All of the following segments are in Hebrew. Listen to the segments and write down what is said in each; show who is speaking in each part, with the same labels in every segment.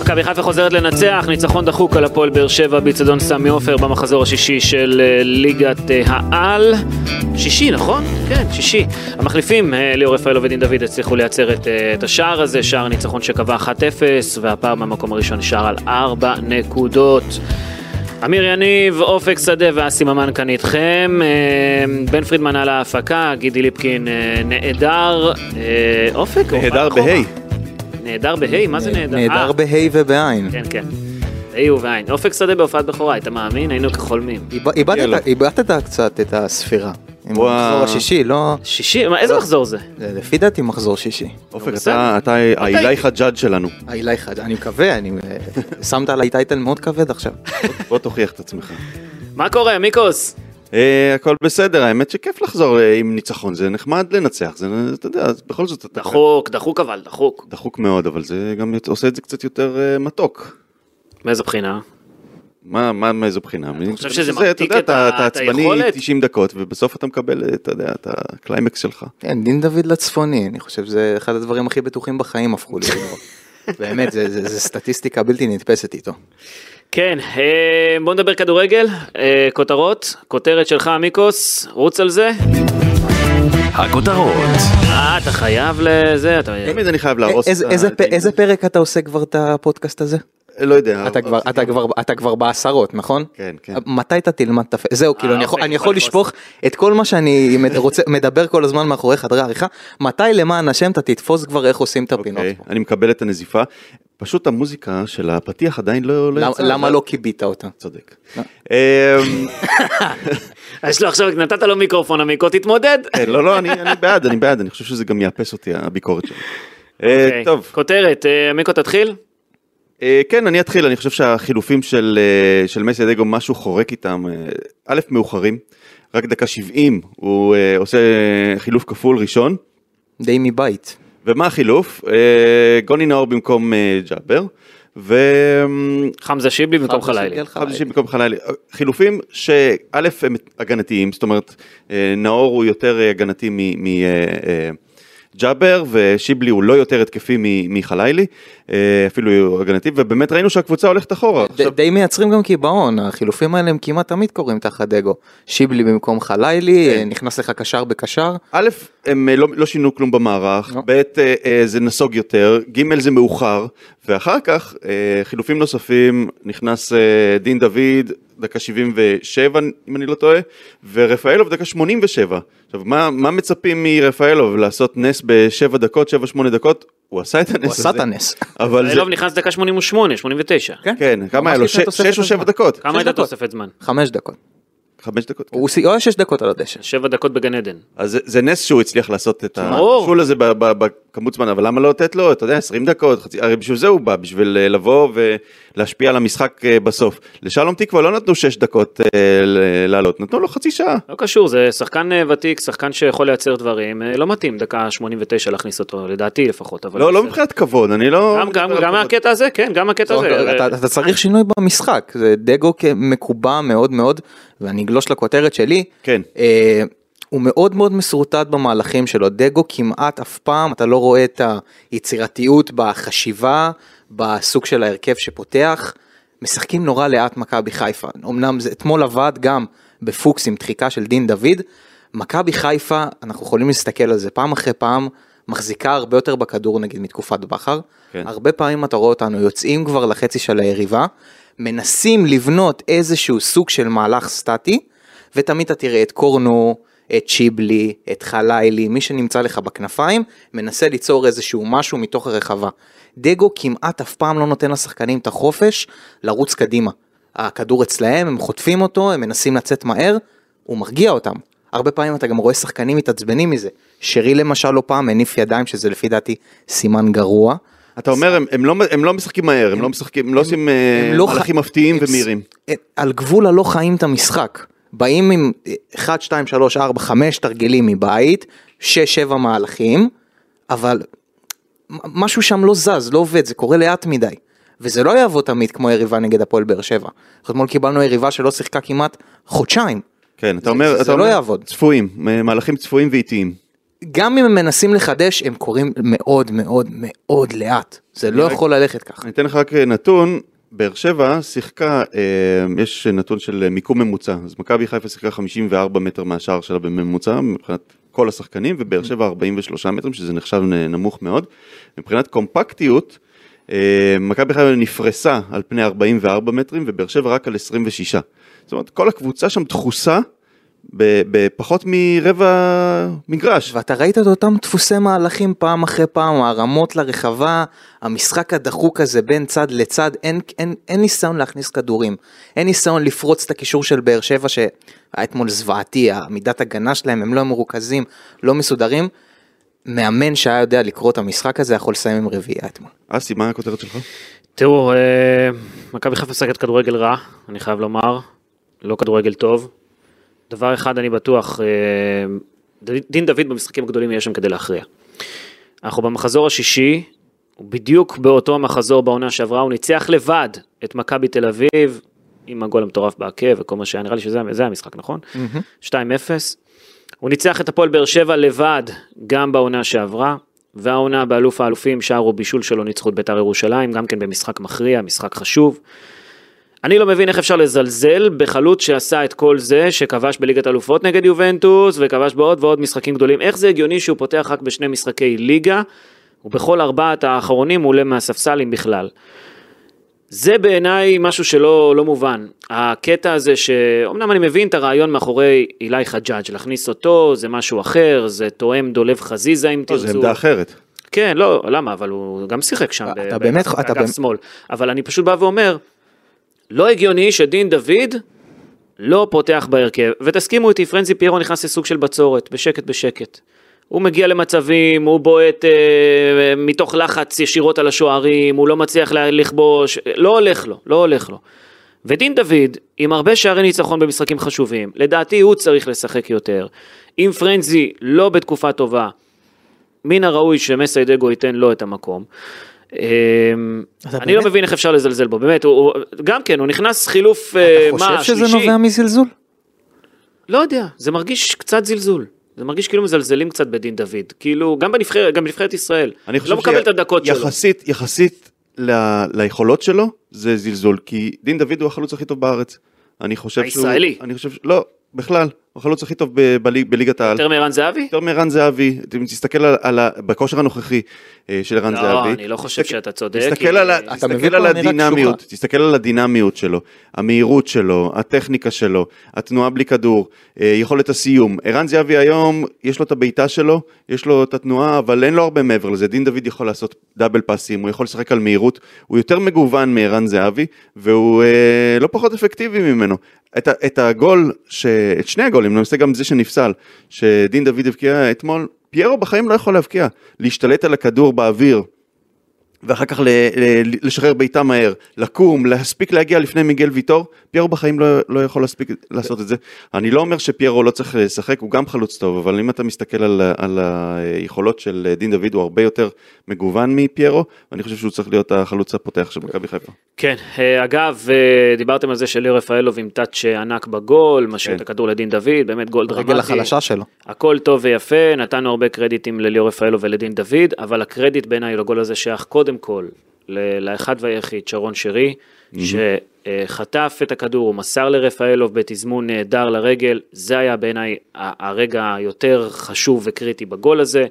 Speaker 1: מכבי חיפה חוזרת לנצח, ניצחון דחוק על הפועל באר שבע באיצטדיון סמי עופר במחזור השישי של אה, ליגת אה, העל. שישי, נכון? כן, שישי. המחליפים, אה, ליאור רפאלו ודין דוד, הצליחו לייצר את, אה, את השער הזה, שער ניצחון שקבע 1-0, והפעם במקום הראשון שער על 4 נקודות. אמיר יניב, אופק שדה ואסי ממן כאן איתכם. אה, בן פרידמן על ההפקה, גידי ליפקין אה, נעדר. אה, אופק? הוא בא
Speaker 2: נהדר
Speaker 1: אחורה.
Speaker 2: בהיי.
Speaker 1: נהדר בהיי? מה זה נהדר? אה,
Speaker 2: נהדר בהיי ובעין.
Speaker 1: כן, כן. היי ובעין. אופק שדה בהופעת בכורה, היית מאמין? היינו כחולמים.
Speaker 2: איבדת- איבדת-
Speaker 3: יאללה.
Speaker 2: איבדת קצת את הספירה. עם
Speaker 3: וואו.
Speaker 2: המחזור השישי, לא...
Speaker 1: שישי? מה, איזה
Speaker 2: לא.
Speaker 1: מחזור זה?
Speaker 2: לפי דעתי מחזור שישי.
Speaker 3: אופק,
Speaker 1: בסדר. אוקיי.
Speaker 3: אתה אתה האילי חג'אג' שלנו.
Speaker 2: האילי חד, אני מקווה, אני... שמת עליי טייטל מאוד כבד עכשיו.
Speaker 3: בוא תוכיח את עצמך.
Speaker 1: מה קורה, מיקוס?
Speaker 3: אה, הכל בסדר, האמת שכיף לחזור אה, עם ניצחון, זה נחמד לנצח, זה, אתה יודע, זה בכל זאת אתה...
Speaker 1: דחוק, דחוק אבל, דחוק.
Speaker 3: דחוק מאוד, אבל זה גם יוצ- עושה את זה קצת יותר אה, מתוק.
Speaker 1: מאיזה בחינה?
Speaker 3: מה, מה, מאיזו בחינה? אני
Speaker 1: חושב שזה
Speaker 3: אתה
Speaker 1: מרתיק
Speaker 3: יודע,
Speaker 1: את ה-
Speaker 3: אתה אתה
Speaker 1: את
Speaker 3: עצבני
Speaker 1: היכולת?
Speaker 3: 90 דקות, ובסוף אתה מקבל, אה, אתה יודע, את הקליימקס שלך.
Speaker 2: כן, דין דוד לצפוני, אני חושב שזה אחד הדברים הכי בטוחים בחיים הפכו לי. באמת, זה- זה זה סטטיסטיקה בלתי נתפסת איתו.
Speaker 1: כן, אה, בוא נדבר כדורגל, אה, כותרות, כותרת שלך, מיקוס, רוץ על זה.
Speaker 4: הכותרות,
Speaker 1: אה, אתה חייב לזה, אתה...
Speaker 3: תמיד אני חייב להרוס.
Speaker 2: אה, איזה-
Speaker 3: את ה-
Speaker 2: איזה
Speaker 3: את
Speaker 2: פ-
Speaker 3: העניין.
Speaker 2: איזה פרק אתה עושה כבר את הפודקאסט הזה?
Speaker 3: לא יודע.
Speaker 2: אתה כבר- אתה כבר- אתה כבר בעשרות, נכון?
Speaker 3: כן, כן.
Speaker 2: מתי אתה תלמד את הפ... זהו, כאילו, אני יכול-
Speaker 1: אוקיי,
Speaker 2: אני
Speaker 1: יכול
Speaker 2: יכול
Speaker 1: לתפוס.
Speaker 2: לשפוך את כל מה שאני מד- רוצה, מדבר כל הזמן מאחורי חדרי העריכה, מתי למען השם אתה תתפוס כבר איך עושים את הפינות
Speaker 3: אוקיי,
Speaker 2: פה?
Speaker 3: אני מקבל את הנזיפה. פשוט המוזיקה של הפתיח עדיין לא...
Speaker 2: למ-
Speaker 3: יצאה.
Speaker 2: למה לא כיבית אותה?
Speaker 3: צודק. אמ,
Speaker 1: יש לו לא, עכשיו, נתת לו מיקרופון, המיקו, תתמודד.
Speaker 3: כן, לא, לא, אני אני בעד, אני בעד, אני חושב שזה גם יאפס אותי, הביקורת שלי.
Speaker 1: אוקיי,
Speaker 3: אה, טוב,
Speaker 1: כותרת, אה, מיקו תתחיל?
Speaker 3: אה, כן, אני אתחיל, אני חושב שהחילופים של אה, של מסי דגו, משהו חורק איתם, אה, א', מאוחרים, רק דקה 70 הוא אה, עושה חילוף כפול ראשון,
Speaker 2: די מבית.
Speaker 3: ומה החילוף? אה, גוני נאור במקום אה, ג'אבר, ו... אמ,
Speaker 1: חמזה שיבלי במקום חלילי.
Speaker 3: חמישי במקום חלילי. חילופים שא' הם הגנתיים, זאת אומרת, אה, נאור הוא יותר אה, הגנתי מג'אבר, אה, ושיבלי הוא לא יותר התקפי מ- מחלילי, אה, אפילו הוא הגנתי, ובאמת ראינו שהקבוצה הולכת אחורה.
Speaker 2: ד-
Speaker 3: עכשיו,
Speaker 2: די מייצרים גם קיבעון, החילופים האלה הם כמעט תמיד קורים תחת דגו. שיבלי במקום חלילי,
Speaker 3: כן.
Speaker 2: אה, נכנס לך קשר בקשר.
Speaker 3: א', הם אה, לא, לא שינו כלום במערך,
Speaker 2: לא.
Speaker 3: ב', אה, אה, זה נסוג יותר, ג', זה מאוחר, ואחר כך אה, חילופים נוספים, נכנס אה, דין דוד, דקה 77 אם אני לא טועה, ורפאלוב דקה 87. עכשיו, מה, מה מצפים מרפאלוב לעשות נס בשבע דקות, שבע, שמונה דקות? הוא עשה את הנס הזה.
Speaker 2: הוא עשה את הנס.
Speaker 3: אבל זה,
Speaker 1: אילוב נכנס דקה 88, 89.
Speaker 3: כן, כמה
Speaker 2: ממש
Speaker 3: היה לו?
Speaker 2: לפני
Speaker 3: ש-
Speaker 2: תוספת
Speaker 3: שש או שבע
Speaker 2: הזמן.
Speaker 3: דקות?
Speaker 1: כמה
Speaker 2: שש
Speaker 1: הייתה
Speaker 2: דקות.
Speaker 1: תוספת זמן?
Speaker 2: חמש דקות.
Speaker 3: חמש דקות. כן.
Speaker 2: הוא סי- הוא היה שש דקות על הדשא.
Speaker 1: שבע דקות בגן עדן.
Speaker 3: אז זה, זה נס שהוא הצליח לעשות את
Speaker 1: ברור.
Speaker 3: השול הזה ב- ב- בכמות זמן, אבל למה לא לתת לו, אתה יודע, 20 דקות, חצי, הרי בשביל זה הוא בא, בשביל אה, לבוא ולהשפיע על המשחק אה, בסוף. לשלום תקווה לא נתנו 6 דקות אה, ל- לעלות, נתנו לו חצי שעה.
Speaker 1: לא קשור, זה שחקן אה, ותיק, שחקן שיכול לייצר דברים, אה, לא מתאים דקה 89 להכניס אותו, לדעתי לפחות. אבל
Speaker 3: לא, לא
Speaker 1: בסדר.
Speaker 3: מבחינת כבוד, אני לא...
Speaker 1: גם- גם-
Speaker 3: מדבר על
Speaker 1: גם
Speaker 3: כבוד.
Speaker 1: מהקטע הזה, כן, גם מהקטע
Speaker 3: לא,
Speaker 1: הזה.
Speaker 2: אתה- אתה צריך שינוי במשחק, זה דגו כ- מקובע מאוד מאוד, ואני אגלוש לכותרת שלי.
Speaker 3: כן.
Speaker 2: אה, הוא מאוד מאוד משורטט במהלכים שלו, דגו כמעט אף פעם, אתה לא רואה את היצירתיות בחשיבה, בסוג של ההרכב שפותח. משחקים נורא לאט מכבי חיפה, אמנם זה אתמול עבד גם בפוקס עם דחיקה של דין דוד. מכבי חיפה, אנחנו יכולים להסתכל על זה פעם אחרי פעם, מחזיקה הרבה יותר בכדור נגיד מתקופת בכר.
Speaker 3: כן.
Speaker 2: הרבה פעמים אתה רואה אותנו יוצאים כבר לחצי של היריבה, מנסים לבנות איזשהו סוג של מהלך סטטי, ותמיד אתה תראה את קורנו, את צ'יבלי, את חלילי, מי שנמצא לך בכנפיים, מנסה ליצור איזשהו משהו מתוך הרחבה. דגו כמעט אף פעם לא נותן לשחקנים את החופש לרוץ קדימה. הכדור אצלהם, הם חוטפים אותו, הם מנסים לצאת מהר, הוא מרגיע אותם. הרבה פעמים אתה גם רואה שחקנים מתעצבנים מזה. שרי למשל לא פעם הניף ידיים, שזה לפי דעתי סימן גרוע.
Speaker 3: אתה אומר, הם- הם לא- הם לא משחקים מהר, הם לא משחקים, הם לא עושים אה,
Speaker 2: הם לא
Speaker 3: מהלכים
Speaker 2: חי-
Speaker 3: מפתיעים
Speaker 2: הם ס-
Speaker 3: ומהירים.
Speaker 2: הם על גבול הלא חיים את המשחק. באים עם 1, 2, 3, 4, 5 תרגילים מבית, 6, 7 מהלכים, אבל משהו שם לא זז, לא עובד, זה קורה לאט מדי. וזה לא יעבוד תמיד כמו יריבה נגד הפועל באר שבע. אנחנו אתמול קיבלנו יריבה שלא שיחקה כמעט חודשיים.
Speaker 3: כן, אתה אומר,
Speaker 2: זה
Speaker 3: אתה
Speaker 2: לא
Speaker 3: אומר,
Speaker 2: יעבוד.
Speaker 3: צפויים, מ- מהלכים צפויים ואיטיים.
Speaker 2: גם אם הם מנסים לחדש, הם קורים מאוד מאוד מאוד לאט. זה לא
Speaker 3: רק-
Speaker 2: יכול ללכת ככה.
Speaker 3: אני אתן לך רק אה, נתון, באר שבע שיחקה, אה, יש נתון של אה, מיקום ממוצע, אז מכבי חיפה שיחקה 54 מטר מהשער שלה בממוצע, מבחינת כל השחקנים, ובאר שבע 43 מטרים, שזה נחשב נ- נמוך מאוד. מבחינת קומפקטיות, אה, מכבי חיפה נפרסה על פני 44 מטרים, ובאר שבע רק על 26. זאת אומרת, כל הקבוצה שם דחוסה ב- בפחות מרבע מגרש.
Speaker 2: ואתה ראית את אותם דפוסי מהלכים פעם אחרי פעם, הרמות לרחבה, המשחק הדחוק הזה בין צד לצד, אין, אין, אין ניסיון להכניס כדורים, אין ניסיון לפרוץ את הקישור של באר שבע שהיה אתמול זוועתי, עמידת הגנה שלהם, הם לא מרוכזים, לא מסודרים. מאמן שהיה יודע לקרוא את המשחק הזה יכול לסיים עם רביעייה אתמול.
Speaker 3: אסי, מה הכותרת שלך?
Speaker 1: תראו, אה, מכבי חיפה משחקת כדורגל רע, אני חייב לומר, לא כדורגל טוב. דבר אחד אני בטוח, אה, ד- דין דוד במשחקים הגדולים יהיה שם כדי להכריע. אנחנו במחזור השישי, בדיוק באותו המחזור בעונה שעברה, הוא ניצח לבד את מכבי תל אביב, עם הגול המטורף בעקב וכל מה שהיה, נראה לי שזה זה המשחק, נכון? 2-0. הוא ניצח את הפועל באר שבע לבד, גם בעונה שעברה, והעונה באלוף האלופים, שער או בישול שלו ניצחו את בית"ר ירושלים, גם כן במשחק מכריע, משחק חשוב. אני לא מבין איך אפשר לזלזל בחלוץ שעשה את כל זה, שכבש בליגת אלופות נגד יובנטוס, וכבש בעוד ועוד משחקים גדולים. איך זה הגיוני שהוא פותח רק בשני משחקי ליגה, ובכל ארבעת האחרונים הוא עולה מהספסל אם בכלל. זה בעיניי משהו שלא לא מובן. הקטע הזה שאומנם אני מבין את הרעיון מאחורי אילי חג'אג', להכניס אותו זה משהו אחר, זה תואם דולב חזיזה אם
Speaker 3: לא,
Speaker 1: תרצו.
Speaker 3: זו עמדה אחרת.
Speaker 1: כן, לא, למה? אבל הוא גם שיחק שם.
Speaker 2: אתה
Speaker 1: ב-
Speaker 2: באמת-
Speaker 1: באגף
Speaker 2: אתה באמת-
Speaker 1: שמאל. אבל אני פשוט בא ואומר, לא הגיוני שדין דוד לא פותח בהרכב. ותסכימו איתי, פרנזי פיירו נכנס לסוג של בצורת, בשקט בשקט. הוא מגיע למצבים, הוא בועט אה, מתוך לחץ ישירות על השוערים, הוא לא מצליח לה- לכבוש, לא הולך לו, לא הולך לו. ודין דוד, עם הרבה שערי ניצחון במשחקים חשובים, לדעתי הוא צריך לשחק יותר. אם פרנזי לא בתקופה טובה, מן הראוי שמסיידגו ייתן לו את המקום. אמ, אני לא
Speaker 2: באמת-
Speaker 1: מבין איך אפשר לזלזל בו, באמת, הוא- הוא- גם כן, הוא נכנס חילוף אה,
Speaker 2: אתה
Speaker 1: מה,
Speaker 2: חושב שזה
Speaker 1: שלישי?
Speaker 2: נובע מזלזול?
Speaker 1: לא יודע, זה מרגיש קצת זלזול. זה מרגיש כאילו מזלזלים קצת בדין דוד, כאילו, גם בנבחרת, גם בנבחרת ישראל.
Speaker 3: אני חושב
Speaker 1: לא מקבל את הדקות שלו.
Speaker 3: יחסית, יחסית ל... ליכולות שלו, זה זלזול, כי דין דוד הוא החלוץ הכי טוב בארץ. אני חושב
Speaker 1: הישראלי.
Speaker 3: שהוא... אני חושב ש... לא, בכלל, הוא החלוץ הכי טוב ב... בליג... בליגת העל.
Speaker 1: יותר מערן זהבי?
Speaker 3: יותר מערן זהבי, אם תסתכל על, על ה... בכושר הנוכחי אה, של ערן זהבי.
Speaker 1: לא, אני לא חושב
Speaker 3: תסתכל-
Speaker 1: שאתה צודק. אה,
Speaker 3: תסתכל
Speaker 1: כי-
Speaker 3: על, ה-
Speaker 1: אתה
Speaker 2: מבין
Speaker 3: תסתכל
Speaker 2: למה
Speaker 3: על
Speaker 2: אני רק
Speaker 3: הדינמיות,
Speaker 2: שוחה?
Speaker 3: תסתכל על הדינמיות שלו, המהירות שלו, הטכניקה שלו, התנועה בלי כדור, אה, יכולת הסיום. ערן זהבי היום, יש לו את הבעיטה שלו, יש לו את התנועה, אבל אין לו הרבה מעבר לזה. דין דוד יכול לעשות דאבל פאסים, הוא יכול לשחק על מהירות, הוא יותר מגוון מערן זהבי, והוא אה, לא פחות אפקטיבי ממנו. את, ה- את הגול, ש... את שני הגולים, למעשה גם זה שנפסל, שדין דוד הבקיע אתמול, פיירו בחיים לא יכול להבקיע, להשתלט על הכדור באוויר. ואחר כך ל, ל, לשחרר בעיטה מהר, לקום, להספיק להגיע לפני מיגל ויטור, פיירו בחיים לא, לא יכול להספיק לעשות את זה. אני לא אומר שפיירו לא צריך לשחק, הוא גם חלוץ טוב, אבל אם אתה מסתכל על, ה- על היכולות של דין דוד, הוא הרבה יותר מגוון מפיירו, ואני חושב שהוא צריך להיות החלוץ הפותח של מכבי חיפה.
Speaker 1: כן, אה, אגב, אה, דיברתם על זה שליאור רפאלוב עם טאץ' ענק בגול, משאיר
Speaker 3: כן.
Speaker 1: את הכדור לדין דוד, באמת גול דרמטי.
Speaker 2: רגל החלשה שלו.
Speaker 1: הכל טוב ויפה, נתנו הרבה קרדיטים לליאור רפאלו ולדין דוד, אבל הקרדיט בעיניי לגול הזה שייך קודם כל ל- לאחד והיחיד, שרון שרי, שחטף את הכדור, הוא מסר לרפאלו בתזמון נהדר לרגל, זה היה בעיניי ה- הרגע היותר חשוב וקריטי בגול הזה,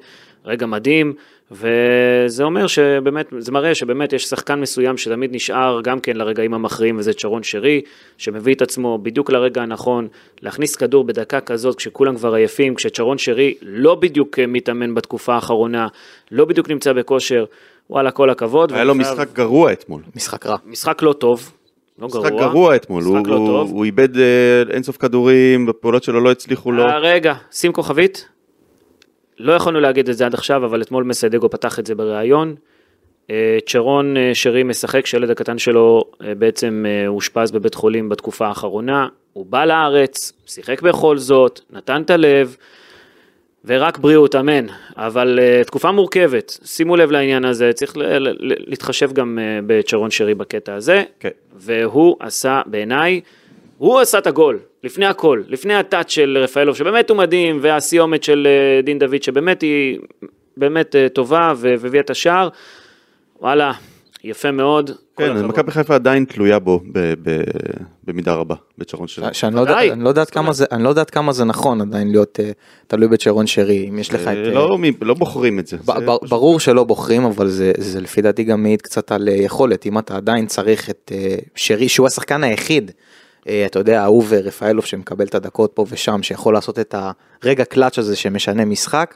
Speaker 1: רגע מדהים. וזה אומר שבאמת, זה מראה שבאמת יש שחקן מסוים שתמיד נשאר גם כן לרגעים המכריעים, וזה צ'רון שרי, שמביא את עצמו בדיוק לרגע הנכון, להכניס כדור בדקה כזאת כשכולם כבר עייפים, כשצ'רון שרי לא בדיוק אה, מתאמן בתקופה האחרונה, לא בדיוק נמצא בכושר, וואלה, כל הכבוד.
Speaker 3: היה לו
Speaker 1: ואני חייב-
Speaker 3: משחק גרוע אתמול.
Speaker 2: משחק רע.
Speaker 1: משחק לא טוב, לא גרוע.
Speaker 3: משחק גרוע אתמול, הוא,
Speaker 1: משחק לא
Speaker 3: הוא,
Speaker 1: טוב.
Speaker 3: הוא איבד אה, אינסוף כדורים, הפעולות שלו לא הצליחו לו.
Speaker 1: אה, רגע, שים כוכבית. לא יכולנו להגיד את זה עד עכשיו, אבל אתמול מסיידגו פתח את זה בריאיון. אה, צ'רון אה, שרי משחק, שהילד הקטן שלו אה, בעצם אה, אושפז בבית חולים בתקופה האחרונה. הוא בא לארץ, שיחק בכל זאת, נתן את הלב. ורק בריאות, אמן. אבל uh, תקופה מורכבת, שימו לב לעניין הזה, צריך ל- ל- ל- להתחשב גם uh, בצ'רון שרי בקטע הזה.
Speaker 3: כן.
Speaker 1: והוא עשה, בעיניי, הוא עשה את הגול, לפני הכל, לפני הטאט של רפאלוב, שבאמת הוא מדהים, והסיומת של uh, דין דוד, שבאמת היא באמת uh, טובה, ו- והביאה את השער. וואלה, יפה מאוד. כל
Speaker 3: כן, אז
Speaker 1: הכבוד.
Speaker 3: מכבי חיפה עדיין תלויה בו ב- ב- במידה רבה, בצ'רון שלי.
Speaker 2: שאני לא
Speaker 1: ודאי.
Speaker 2: יודע- אני לא יודעת כמה זה- אני לא יודעת כמה זה נכון עדיין להיות אה, תלוי בצ'רון שרי, אם יש לך את...
Speaker 3: אה,
Speaker 2: אה,
Speaker 3: לא מ- לא בוחרים את זה.
Speaker 2: ב-
Speaker 3: זה
Speaker 2: בר-
Speaker 3: פשוט-
Speaker 2: ברור שלא בוחרים אבל זה זה לפי דעתי גם מעיד קצת על אה, יכולת אם אתה עדיין צריך את אה, שרי שהוא השחקן היחיד. אה, אתה יודע ההוא ורפאלוב שמקבל את הדקות פה ושם שיכול לעשות את הרגע קלאץ' הזה שמשנה משחק.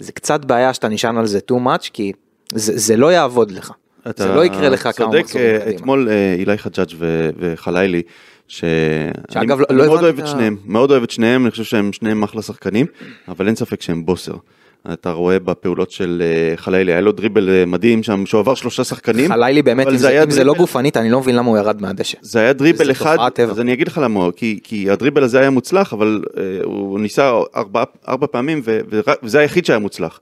Speaker 2: זה קצת בעיה שאתה נשען על זה too much כי זה זה לא יעבוד לך.
Speaker 3: אתה
Speaker 2: זה לא יקרה לך כמה
Speaker 3: צודק,
Speaker 2: מחזורים
Speaker 3: אה,
Speaker 2: קדימה.
Speaker 3: אתמול אה, אילי חג'אג' ו- וחלילי, שאני
Speaker 2: שאגב, לא-
Speaker 3: אני
Speaker 2: לא
Speaker 3: מאוד אוהב את
Speaker 2: הבנת-
Speaker 3: שניהם, מאוד אוהב את שניהם, אני חושב שהם שניהם אחלה שחקנים, אבל אין ספק שהם בוסר. אתה רואה בפעולות של אה, חלילי, היה לו דריבל אה, מדהים שם, שהוא עבר שלושה שחקנים.
Speaker 2: חלילי באמת
Speaker 3: אבל
Speaker 2: אם זה-
Speaker 3: היה
Speaker 2: אם זה לא
Speaker 3: דריבל-
Speaker 2: גופנית אני לא מבין למה הוא ירד מהדשא.
Speaker 3: זה היה דריבל
Speaker 2: זה
Speaker 3: אחד,
Speaker 2: תופעת טבע.
Speaker 3: אז אני אגיד לך למה, הוא- כי, כי הדריבל הזה היה מוצלח, אבל אה, הוא ניסה ארבע, ארבע פעמים, ו, ורק- וזה היחיד שהיה מוצלח.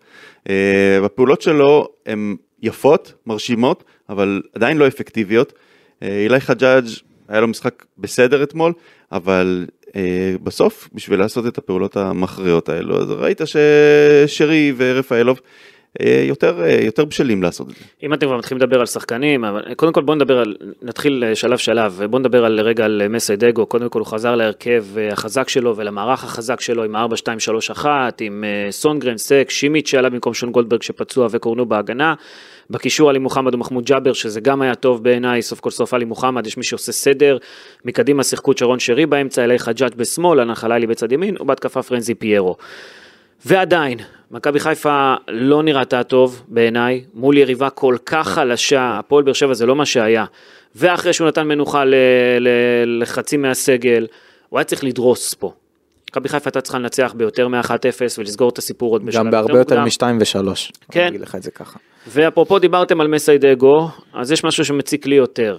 Speaker 3: אה, הפעולות שלו הן יפות, מרשימות, אבל עדיין לא אפקטיביות. אה, אילי חג'אג' היה לו משחק בסדר אתמול, אבל אה, בסוף, בשביל לעשות את הפעולות המכריעות האלו, אז ראית ששרי ורפאלוב אה, יותר, אה, יותר בשלים לעשות את זה.
Speaker 1: אם אתם כבר מתחילים לדבר על שחקנים, אבל קודם כל בואו נדבר על, נתחיל אה, שלב שלב, בואו נדבר על רגע על אה, מסיידגו, קודם כל הוא חזר להרכב אה, החזק שלו ולמערך החזק שלו עם ה-4-2-3-1, עם אה, סונגרן, סק, שימיץ' שעלה במקום שון גולדברג שפצוע וקורנו בהגנה, בקישור עלי מוחמד ומחמוד ג'אבר, שזה גם היה טוב בעיניי, סוף כל סוף עלי מוחמד, יש מי שעושה סדר, מקדימה שיחקו את שרון שרי באמצע, אלי חג'אג' בשמאל, אנה חלילי בצד ימין, ובהתקפה פרנזי פיירו. ועדיין, מכבי חיפה לא נראתה טוב בעיניי, מול יריבה כל כך חלשה, הפועל באר שבע זה לא מה שהיה. ואחרי שהוא נתן מנוחה ל- ל- לחצי מהסגל, הוא היה צריך לדרוס פה. מכבי חיפה הייתה צריכה לנצח ביותר מ-1-0 ולסגור את הסיפור עוד בשלב
Speaker 2: גם בהרבה יותר
Speaker 1: מוקדם.
Speaker 2: משתיים ושלוש.
Speaker 1: כן.
Speaker 2: אני אגיד לך את זה ככה.
Speaker 1: ואפרופו דיברתם על מסיידגו, אז יש משהו שמציק לי יותר.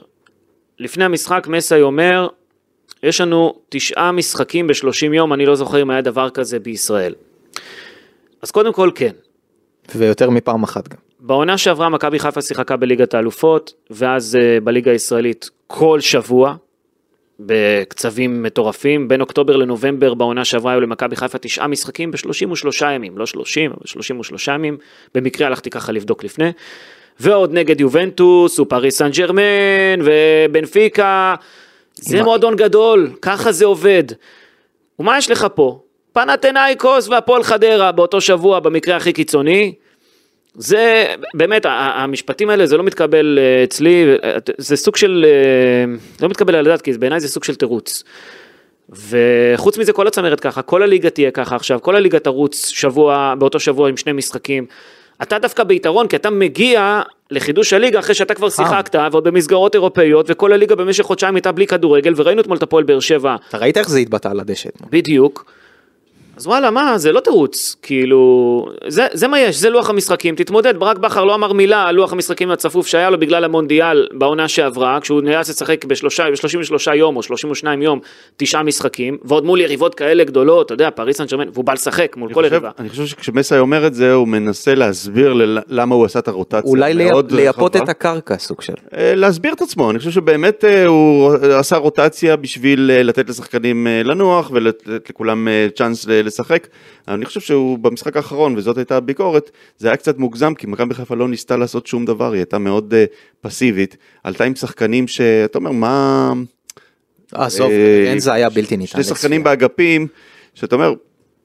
Speaker 1: לפני המשחק מסי אומר, יש לנו תשעה משחקים בשלושים יום, אני לא זוכר אם היה דבר כזה בישראל. אז קודם כל כן,
Speaker 2: ויותר מפעם אחת גם.
Speaker 1: בעונה שעברה מכבי חיפה שיחקה בליגת האלופות, ואז אה, בליגה הישראלית כל שבוע, בקצבים מטורפים. בין אוקטובר לנובמבר בעונה שעברה היו למכבי חיפה תשעה משחקים ב-33 ימים, לא 30, אבל 33 ימים. במקרה הלכתי ככה לבדוק לפני. ועוד נגד יובנטוס, ופריס סן ג'רמן, ובנפיקה. זה
Speaker 2: עם-
Speaker 1: מועדון גדול, ככה זה עובד. ומה יש לך פה? פנתנאיקוס והפועל חדרה באותו שבוע, במקרה הכי קיצוני. זה באמת, ה- ה- המשפטים האלה זה לא מתקבל אה, אצלי, אה, זה סוג של, אה, לא מתקבל על הדעת, כי בעיניי זה סוג של תירוץ. וחוץ מזה כל הצמרת ככה, כל הליגה תהיה ככה עכשיו, כל הליגה תרוץ שבוע, באותו שבוע עם שני משחקים. אתה דווקא ביתרון, כי אתה מגיע לחידוש הליגה אחרי שאתה כבר שיחקת, ועוד במסגרות אירופאיות, וכל הליגה במשך חודשיים הייתה בלי כדורגל, וראינו אתמול את הפועל באר שבע,
Speaker 2: אתה ראית איך זה התבטא על הדשא אתמול?
Speaker 1: בדיוק. אז וואלה, מה, זה לא תירוץ, כאילו, זה, זה מה יש, זה לוח המשחקים, תתמודד, ברק בכר לא אמר מילה על לוח המשחקים הצפוף שהיה לו בגלל המונדיאל בעונה שעברה, כשהוא נאלץ לשחק ב-33 יום או 32 יום, תשעה משחקים, ועוד מול יריבות כאלה גדולות, אתה יודע, פריס סן ג'רמן, והוא בא לשחק מול כל
Speaker 3: אני חושב,
Speaker 1: יריבה.
Speaker 3: אני חושב שכשמסי אומר את זה, הוא מנסה להסביר ל- למה הוא עשה את הרוטציה.
Speaker 2: אולי לי-
Speaker 3: מאוד
Speaker 2: לייפות
Speaker 3: רחבה.
Speaker 2: את הקרקע סוג של.
Speaker 3: אה, להסביר את עצמו, אני חושב שבאמת אה, הוא עשה רוטציה בשביל אה, לתת לשחקנים אה, לנוח ולתת לכולם אה, צ'אנס ל- לשחק. אני חושב שהוא במשחק האחרון, וזאת הייתה הביקורת, זה היה קצת מוגזם, כי מכבי חיפה לא ניסתה לעשות שום דבר, היא הייתה מאוד אה, פסיבית. עלתה עם שחקנים שאתה אומר, מה...
Speaker 2: עזוב,
Speaker 3: אה,
Speaker 2: אין זה היה בלתי ניתן.
Speaker 3: שני שחקנים
Speaker 2: לצפייה.
Speaker 3: באגפים, שאתה אומר,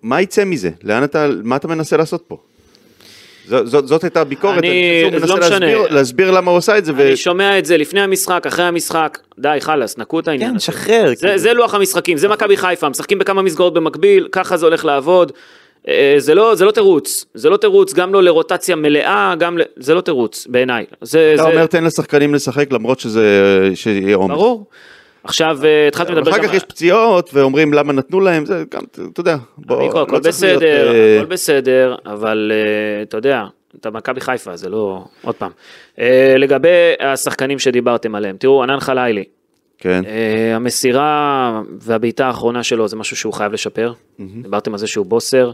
Speaker 3: מה יצא מזה? לאן אתה, מה אתה מנסה לעשות פה? זו- זאת, זאת הייתה הביקורת,
Speaker 1: אני-
Speaker 3: חושב
Speaker 1: זה
Speaker 3: שהוא
Speaker 1: לא
Speaker 3: מנסה
Speaker 1: משנה.
Speaker 3: להסביר, להסביר למה הוא עשה את זה, ו...
Speaker 1: אני שומע את זה לפני המשחק, אחרי המשחק, די, חלאס, נקו את העניין.
Speaker 2: כן,
Speaker 1: הזה.
Speaker 2: שחרר.
Speaker 1: זה, זה לוח המשחקים, זה מכבי חיפה, משחקים בכמה מסגרות במקביל, ככה זה הולך לעבוד. אה, זה לא, זה לא תירוץ, זה לא תירוץ גם לא לרוטציה מלאה, גם ל... זה לא תירוץ בעיניי. זה,
Speaker 3: אתה
Speaker 1: זה...
Speaker 3: אומר תן לשחקנים לשחק למרות שזה שיהיה עומס.
Speaker 1: ברור. עכשיו אה, התחלת
Speaker 3: אבל
Speaker 1: לדבר
Speaker 3: אחר
Speaker 1: גם...
Speaker 3: כך יש פציעות ואומרים למה נתנו להם, זה גם, אתה יודע, בוא,
Speaker 1: מיקו, הכל
Speaker 3: לא צריך להיות,
Speaker 1: בסדר,
Speaker 3: אה,
Speaker 1: הכל בסדר, אבל אה, אתה יודע, אתה מכבי חיפה, זה לא... עוד פעם. אה, לגבי השחקנים שדיברתם עליהם, תראו, ענן חלילי,
Speaker 3: כן,
Speaker 1: אה, המסירה והבעיטה האחרונה שלו זה משהו שהוא חייב לשפר. דיברתם על זה שהוא בוסר.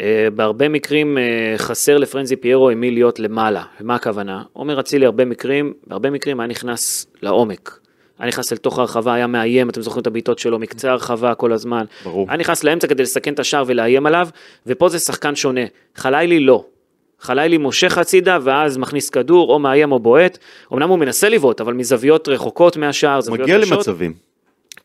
Speaker 1: אה, בהרבה מקרים אה, חסר לפרנזי פיירו עם מי להיות למעלה. ומה הכוונה? עומר אצילי הרבה מקרים, בהרבה מקרים היה נכנס לעומק. היה נכנס אל תוך הרחבה, היה מאיים, אתם זוכרים את הבעיטות שלו, מקצה הרחבה כל הזמן.
Speaker 3: ברור.
Speaker 1: היה נכנס לאמצע כדי לסכן את השער ולאיים עליו, ופה זה שחקן שונה. חלילי לא. חלילי מושך הצידה ואז מכניס כדור, או מאיים או בועט. אמנם הוא מנסה לבעוט, אבל מזוויות רחוקות מהשער,
Speaker 3: הוא
Speaker 1: זוויות
Speaker 3: מגיע
Speaker 1: קשות.
Speaker 3: למצבים.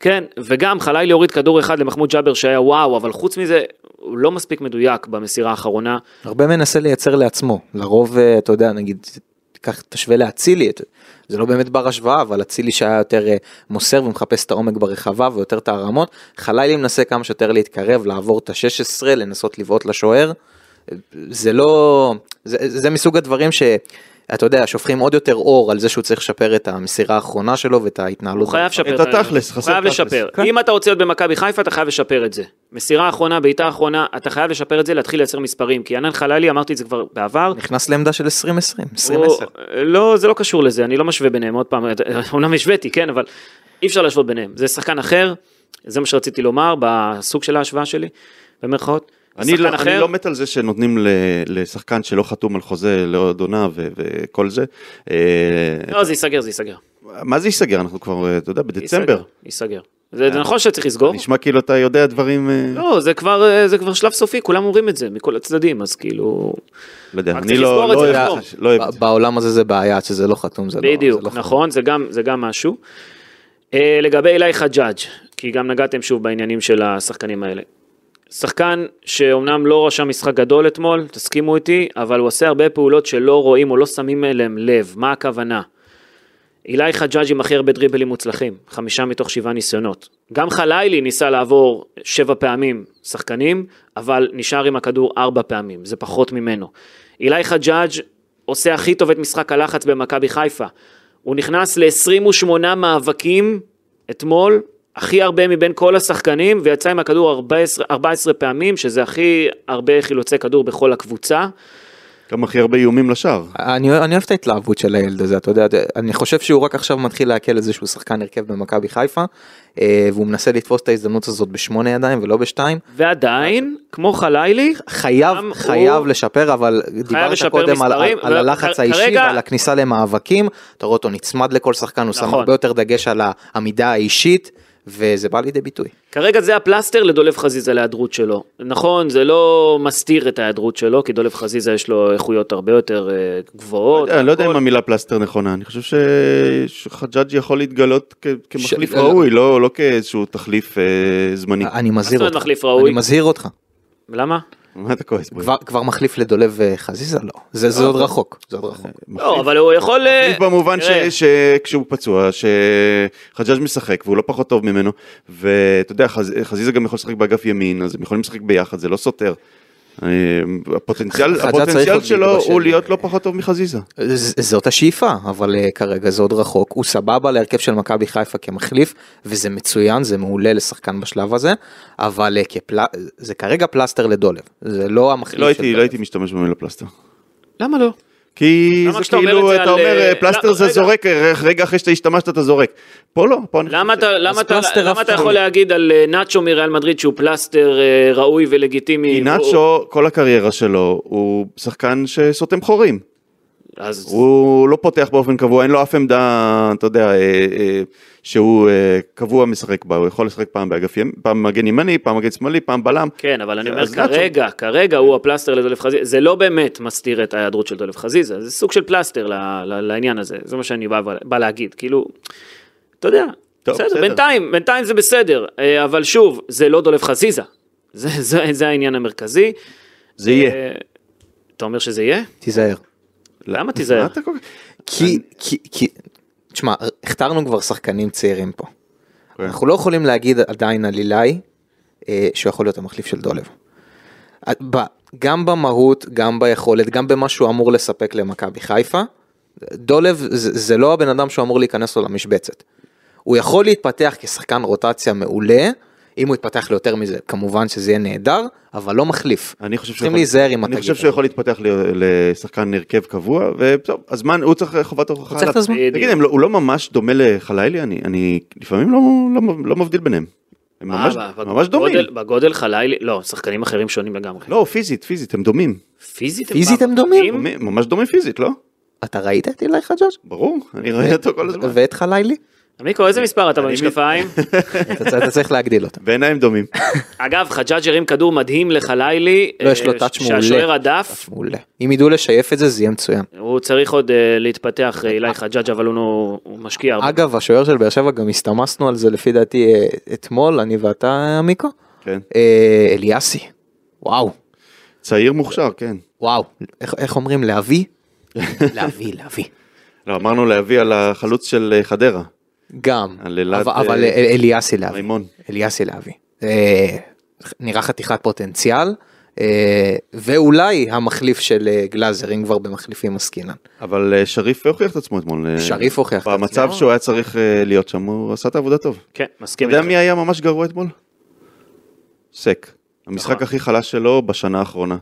Speaker 1: כן, וגם חלילי הוריד כדור אחד למחמוד ג'אבר שהיה וואו, אבל חוץ מזה, הוא לא מספיק מדויק במסירה האחרונה.
Speaker 2: הרבה מנסה לייצר לעצמו, לרוב אה, אתה יודע נגיד, תיקח תשווה לאצילי, אתה- זה לא באמת בר השוואה אבל אצילי שהיה יותר אה, מוסר ומחפש את העומק ברחבה ויותר את הרמות, חלילי מנסה כמה שיותר להתקרב, לעבור את ה-16, לנסות לבעוט לשוער, אה, זה לא, זה, זה מסוג הדברים ש... אתה יודע, שופכים עוד יותר אור על זה שהוא צריך לשפר את המסירה האחרונה שלו ואת ההתנהלות.
Speaker 1: הוא חייב לשפר.
Speaker 3: את התכלס, חסר
Speaker 1: חייב
Speaker 3: תכלס.
Speaker 1: לשפר.
Speaker 3: כן.
Speaker 1: אם אתה רוצה להיות במכבי חיפה, אתה חייב לשפר את זה. מסירה אחרונה, בעיטה אחרונה, אתה חייב לשפר את זה, להתחיל לייצר מספרים. כי ענן חלילי, אמרתי את זה כבר בעבר,
Speaker 3: נכון.
Speaker 2: נכנס לעמדה של 2020, 2010.
Speaker 1: הוא- לא, זה לא קשור לזה, אני לא משווה ביניהם, עוד פעם, אומנם השוויתי, כן, אבל אי אפשר להשוות ביניהם. זה שחקן אחר, זה מה שרציתי לומר, בסוג של ההשוואה שלי, במרכאות.
Speaker 3: אני לא,
Speaker 1: שחקן אחר,
Speaker 3: אני לא מת על זה שנותנים ל, לשחקן שלא חתום על חוזה לעוד עונה ו, וכל זה. אה,
Speaker 1: לא, זה ייסגר, זה ייסגר.
Speaker 3: מה זה ייסגר? אנחנו כבר, אה, אתה יודע, בדצמבר. אה,
Speaker 1: ייסגר. זה זה נכון שצריך לסגור.
Speaker 3: נשמע כאילו אתה יודע דברים, אה,
Speaker 1: לא, זה כבר אה, זה כבר שלב סופי, כולם אומרים את זה מכל הצדדים, אז כאילו...
Speaker 3: לא יודע,
Speaker 1: רק
Speaker 3: אני
Speaker 1: צריך
Speaker 3: לא
Speaker 1: לסגור את
Speaker 3: לא
Speaker 1: זה,
Speaker 3: אוהב
Speaker 1: לחתום.
Speaker 3: את זה, לא אוהב את
Speaker 2: ב-
Speaker 3: זה.
Speaker 2: בעולם הזה זה בעיה, שזה לא חתום, זה לא...
Speaker 1: בדיוק,
Speaker 2: זה לא חתום.
Speaker 1: נכון, זה גם, זה גם משהו. אה, לגבי אילי חג'אג', כי גם נגעתם שוב בעניינים של השחקנים האלה. שחקן שאומנם לא רשם משחק גדול אתמול, תסכימו איתי, אבל הוא עושה הרבה פעולות שלא רואים או לא שמים אליהם לב, מה הכוונה? אילי חג'אג' עם הכי הרבה דריבלים מוצלחים, חמישה מתוך שבעה ניסיונות. גם חלילי ניסה לעבור שבע פעמים שחקנים, אבל נשאר עם הכדור ארבע פעמים, זה פחות ממנו. אילי חג'אג' עושה הכי טוב את משחק הלחץ במכבי חיפה. הוא נכנס ל-28 מאבקים אתמול, הכי הרבה מבין כל השחקנים, ויצא עם הכדור 14, 14 פעמים, שזה הכי הרבה חילוצי כדור בכל הקבוצה.
Speaker 3: גם הכי הרבה איומים לשער.
Speaker 2: אה, אני, אני אוהב את ההתלהבות של הילד הזה, אתה יודע, אני חושב שהוא רק עכשיו מתחיל לעכל איזה שהוא שחקן הרכב במכבי חיפה, אה, והוא מנסה לתפוס את ההזדמנות הזאת בשמונה ידיים ולא בשתיים.
Speaker 1: ועדיין, כמו חלילי,
Speaker 2: חייב,
Speaker 1: גם
Speaker 2: חייב
Speaker 1: הוא-
Speaker 2: לשפר, אבל דיברת
Speaker 1: לשפר
Speaker 2: קודם על, על,
Speaker 1: מספרים,
Speaker 2: על
Speaker 1: ו-
Speaker 2: הלחץ
Speaker 1: כ-
Speaker 2: האישי
Speaker 1: כרגע-
Speaker 2: ועל הכניסה למאבקים, אתה רואה אותו נצמד לכל שחקן, הוא שם
Speaker 1: נכון.
Speaker 2: הרבה יותר דגש על העמידה האישית, וזה בא לידי ביטוי.
Speaker 1: כרגע זה הפלסטר לדולב חזיזה להיעדרות שלו. נכון, זה לא מסתיר את ההיעדרות שלו, כי דולב חזיזה יש לו איכויות הרבה יותר אה, גבוהות.
Speaker 3: אני לא יודע
Speaker 1: הכל.
Speaker 3: אם המילה פלסטר נכונה, אני חושב ש- שחג'אג' יכול להתגלות כ- כמחליף
Speaker 2: ש-
Speaker 3: ראוי, לא לא כאיזשהו תחליף אה, זמני.
Speaker 2: אני מזהיר
Speaker 1: אומרת
Speaker 2: אותך,
Speaker 1: מחליף ראוי?
Speaker 2: אני מזהיר אותך.
Speaker 1: למה?
Speaker 3: מה אתה כועס? בו?
Speaker 2: כבר, כבר מחליף לדולב אה, חזיזה? לא. זה, זה עוד רחוק. זה עוד רחוק.
Speaker 1: לא, אבל הוא יכול... אה,
Speaker 3: מחליף במובן
Speaker 1: תראה,
Speaker 3: שכשהוא פצוע, שחג'אג' משחק והוא לא פחות טוב ממנו, ואתה יודע, חז- חזיזה גם יכול לשחק באגף ימין, אז הם יכולים לשחק ביחד, זה לא סותר. אה, הפוטנציאל
Speaker 2: חג'אג'
Speaker 3: הפוטנציאל
Speaker 2: צריך
Speaker 3: שלו
Speaker 2: להתבשל.
Speaker 3: הוא להיות לא פחות טוב מחזיזה.
Speaker 2: ז- אה, זאת השאיפה, אבל אה, כרגע זה עוד רחוק. הוא סבבה להרכב של מכבי חיפה כמחליף, וזה מצוין, זה מעולה לשחקן בשלב הזה, אבל אה, כפל... זה כרגע פלסטר לדולב. זה לא המחליף
Speaker 3: לא
Speaker 2: של
Speaker 3: הייתי לא
Speaker 2: דולב.
Speaker 3: הייתי משתמש במילה פלסטר.
Speaker 1: למה לא?
Speaker 3: כי
Speaker 1: למה
Speaker 3: זה
Speaker 1: כשאתה אומר את
Speaker 3: כאילו,
Speaker 1: זה
Speaker 3: אתה
Speaker 1: על,
Speaker 3: אומר
Speaker 1: אה,
Speaker 3: אה, פלסטר
Speaker 1: לא,
Speaker 3: זה
Speaker 1: רגע.
Speaker 3: זורק, אה, רגע אחרי שאתה השתמשת אתה זורק. פה לא, פה אני
Speaker 1: למה
Speaker 3: חושב ש-
Speaker 1: אתה, למה אתה,
Speaker 2: פלסטר אף
Speaker 1: למה אתה
Speaker 2: אחד
Speaker 1: יכול
Speaker 2: לא-
Speaker 1: להגיד על אה, נאצ'ו מריאל מדריד שהוא פלסטר אה, ראוי ולגיטימי?
Speaker 3: כי
Speaker 1: הוא-
Speaker 3: נאצ'ו, כל הקריירה שלו, הוא שחקן שסותם חורים.
Speaker 1: אז
Speaker 3: הוא לא פותח באופן קבוע, אין לו אף עמדה, אתה יודע, אה, אה, שהוא אה, קבוע משחק בה, הוא יכול לשחק פעם באגף ימין, פעם מגן ימני, פעם מגן שמאלי, פעם בלם.
Speaker 1: כן, אבל אני
Speaker 3: אז
Speaker 1: אומר,
Speaker 3: נאצ'ו.
Speaker 1: כרגע, כרגע הוא הפלסטר לדולב חזיזה, זה לא באמת מסתיר את ההיעדרות של דולב חזיזה, זה סוג של פלסטר ל- ל- לעניין הזה, זה מה שאני בא, בא להגיד, כאילו, אתה יודע,
Speaker 3: טוב,
Speaker 1: בסדר,
Speaker 3: בסדר.
Speaker 1: בינתיים, בינתיים זה בסדר, אה, אבל שוב, זה לא דולב חזיזה, זה, זה, זה העניין המרכזי.
Speaker 3: זה יהיה.
Speaker 1: אה, אתה אומר שזה יהיה?
Speaker 2: תיזהר.
Speaker 1: למה תיזהר?
Speaker 3: מה לא. אתה כל כך-
Speaker 2: כי, כי, כי, תשמע, הכתרנו כבר שחקנים צעירים פה.
Speaker 3: כן.
Speaker 2: אנחנו לא יכולים להגיד עדיין על עילאי, אה, שהוא יכול להיות המחליף של דולב. אה, ב- גם במהות, גם ביכולת, גם במה שהוא אמור לספק למכבי חיפה, דולב זה, זה לא הבן אדם שאמור להיכנס לו למשבצת. הוא יכול להתפתח כשחקן רוטציה מעולה, אם הוא יתפתח ליותר מזה, כמובן שזה יהיה נהדר, אבל לא מחליף.
Speaker 3: אני חושב שהוא
Speaker 2: צריכים
Speaker 3: יכול-
Speaker 2: להיזהר עם
Speaker 3: אני
Speaker 2: התגיד
Speaker 3: חושב
Speaker 2: הזה.
Speaker 3: שהוא יכול להתפתח ל- לשחקן הרכב קבוע, וטוב, הזמן, הוא צריך חובת הוכחה.
Speaker 2: צריך את
Speaker 3: עליו.
Speaker 2: הזמן.
Speaker 3: תגיד, הם לא- הוא לא ממש דומה לחלילי? אני- אני לפעמים לא- לא- לא מבדיל ביניהם. הם
Speaker 1: מה,
Speaker 2: אה,
Speaker 3: ממש,
Speaker 1: ב-
Speaker 3: ממש דומים.
Speaker 1: אה, בגודל- בגודל חלילי, לא, שחקנים אחרים שונים לגמרי.
Speaker 3: לא, פיזית, פיזית, הם דומים.
Speaker 1: פיזית
Speaker 2: פיזית הם דומים?
Speaker 1: דומים?
Speaker 3: דומים, ממש דומים פיזית, לא?
Speaker 2: אתה ראית את אילי חג'אג'?
Speaker 3: ברור, אני רואה אותו כל הזמן.
Speaker 2: ואת חלילי?
Speaker 1: עמיקו, לא- איזה מספר אתה
Speaker 3: אני מ-
Speaker 1: במשקפיים?
Speaker 2: אתה צ- אתה צריך להגדיל אותם.
Speaker 3: בעיניים דומים.
Speaker 1: אגב, חג'אג' הרים כדור מדהים לחלילי.
Speaker 2: לא, יש לו
Speaker 1: אה,
Speaker 2: טאץ'
Speaker 1: ש-
Speaker 2: מעולה.
Speaker 1: שהשוער הדף,
Speaker 2: טאץ' מעולה. אם ידעו לשייף את זה, זה יהיה מצוין.
Speaker 1: הוא צריך עוד אה, להתפתח, אה, אילי חג'אג', אבל הוא הוא משקיע הרבה.
Speaker 2: אגב, השוער של באר שבע, גם הסתמסנו על זה לפי דעתי אה, אתמול, אני ואתה, מיקו.
Speaker 3: כן.
Speaker 2: אה, אליאסי. וואו.
Speaker 3: צעיר מוכשר, כן.
Speaker 2: וואו. איך- איך אומרים? להביא? להביא, להביא.
Speaker 3: לא, אמרנו להביא על החלוץ של אה, חדרה.
Speaker 2: גם.
Speaker 3: על אילת,
Speaker 2: אבל-
Speaker 3: אה,
Speaker 2: אבל אה, אליאסי להביא.
Speaker 3: רימון.
Speaker 2: אליאסי להבי. אה, נראה חתיכת פוטנציאל, אה, ואולי המחליף של אה, גלאזר, אם כבר במחליפים עסקינן.
Speaker 3: אבל אה, שריף הוכיח את עצמו אתמול. אה,
Speaker 2: שריף הוכיח את עצמו.
Speaker 3: במצב שהוא היה צריך אה, להיות שם, הוא עשה את העבודה טוב.
Speaker 1: כן,
Speaker 3: אתה
Speaker 1: מסכים
Speaker 3: יודע
Speaker 1: איתך.
Speaker 3: מי היה ממש גרוע אתמול? סק. המשחק
Speaker 1: נכון.
Speaker 3: הכי חלש שלו בשנה האחרונה.